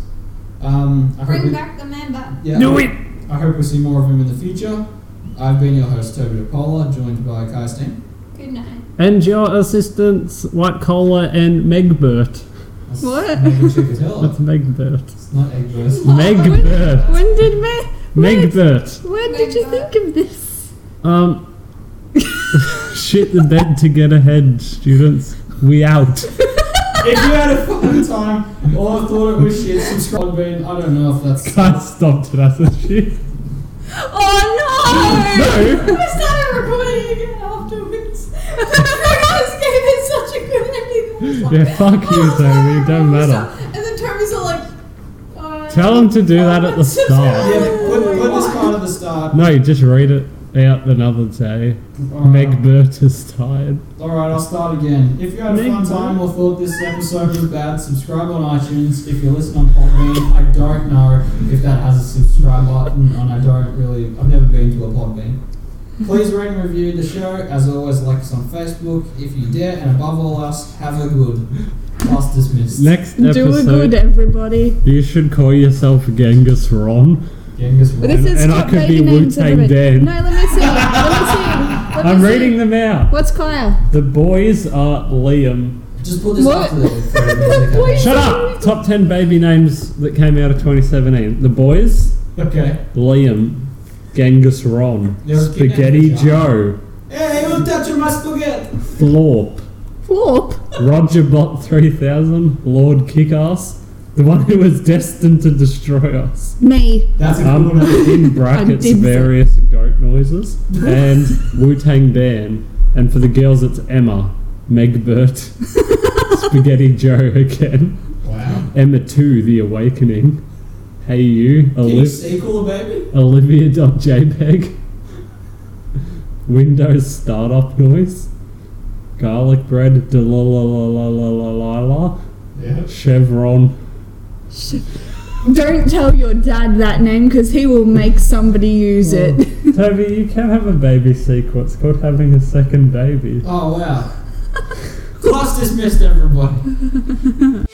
Speaker 2: Um, I hope
Speaker 4: Bring
Speaker 2: we,
Speaker 4: back the member.
Speaker 2: yeah, I- I hope we see more of him in the future. I've been your host Toby DePola, joined by Kai Steen.
Speaker 4: Good night.
Speaker 3: And your assistants, White Collar and Megbert.
Speaker 2: That's
Speaker 1: What?
Speaker 2: Megan Chikatilo.
Speaker 3: That's Megbert.
Speaker 2: it's not Egbert.
Speaker 3: Megbert.
Speaker 1: when did me?
Speaker 3: Megbert.
Speaker 1: When did you think of this?
Speaker 3: Um. shit the bed to get ahead, students. We out.
Speaker 2: if you had a fun time or thought it was shit, subscribe. Bean. I don't know if that's.
Speaker 3: Can't stop to that shit.
Speaker 1: Oh
Speaker 3: No.
Speaker 4: I started recording again afterwards. this game is such a good ending. I was like,
Speaker 3: Yeah, fuck you,
Speaker 4: "Oh, sorry,
Speaker 3: Toby, it don't
Speaker 4: I'm
Speaker 3: matter."
Speaker 4: sorry." And then Toby's all like, uh,
Speaker 3: Tell them to do that at the
Speaker 2: Yeah,
Speaker 3: start.
Speaker 2: put, put
Speaker 4: Oh
Speaker 2: this part at the start.
Speaker 3: No, just read it out another day. Megbert is tired.
Speaker 2: Alright, I'll start again. If you had a fun time or thought this episode was bad, subscribe on iTunes. If you listen on Podbean, I don't know if that has a subscribe button, and I don't really, I've never been to a Podbean. Please rate and review the show. As always, like us on Facebook if you dare, and above all else, have a good. Class dismissed.
Speaker 3: Next
Speaker 1: no! Do a good,
Speaker 3: episode,
Speaker 1: everybody.
Speaker 3: you should call yourself Genghis Ron.
Speaker 2: Genghis
Speaker 1: But
Speaker 2: Khan.
Speaker 1: this is
Speaker 3: and I
Speaker 1: top
Speaker 3: could
Speaker 1: baby
Speaker 3: be
Speaker 1: names,
Speaker 3: Wu-Tang
Speaker 1: everybody.
Speaker 3: Dead.
Speaker 1: No, let me see. Let me see. Let me
Speaker 3: I'm
Speaker 1: see.
Speaker 3: reading them out.
Speaker 1: What's Kyle?
Speaker 3: The boys are Liam.
Speaker 2: Just put this
Speaker 1: What?
Speaker 2: after the the music.
Speaker 3: Shut up! Top 10 baby names that came out of 2017. The boys,
Speaker 2: Okay.
Speaker 3: Liam, Genghis Ron,
Speaker 2: Yeah, keep that
Speaker 3: Spaghetti
Speaker 2: in the
Speaker 3: Joe,
Speaker 2: Hey, you're touching my spaghetti!
Speaker 3: Florp,
Speaker 1: Flop.
Speaker 3: Roger Bot 3000, Lord Kickass, the one who was destined to destroy us.
Speaker 1: Me.
Speaker 2: That's a
Speaker 3: Um,
Speaker 2: good one.
Speaker 3: in brackets,
Speaker 1: did say-
Speaker 3: various goat noises, and Wu Tang Dan. And for the girls, it's Emma, Megbert, Spaghetti Joe again.
Speaker 2: Wow.
Speaker 3: Emma 2, The Awakening. Hey You,
Speaker 2: Can you
Speaker 3: Oliv-
Speaker 2: sequel, baby?
Speaker 3: Olivia.jpg. Windows startup noise. Garlic bread, da la la la la la la la la.
Speaker 2: Yeah.
Speaker 3: Chevron.
Speaker 1: Don't tell your dad that name because he will make somebody use it.
Speaker 3: Toby, you can have a baby sequel. It's called having a second baby.
Speaker 2: Oh wow. Class dismissed, everybody.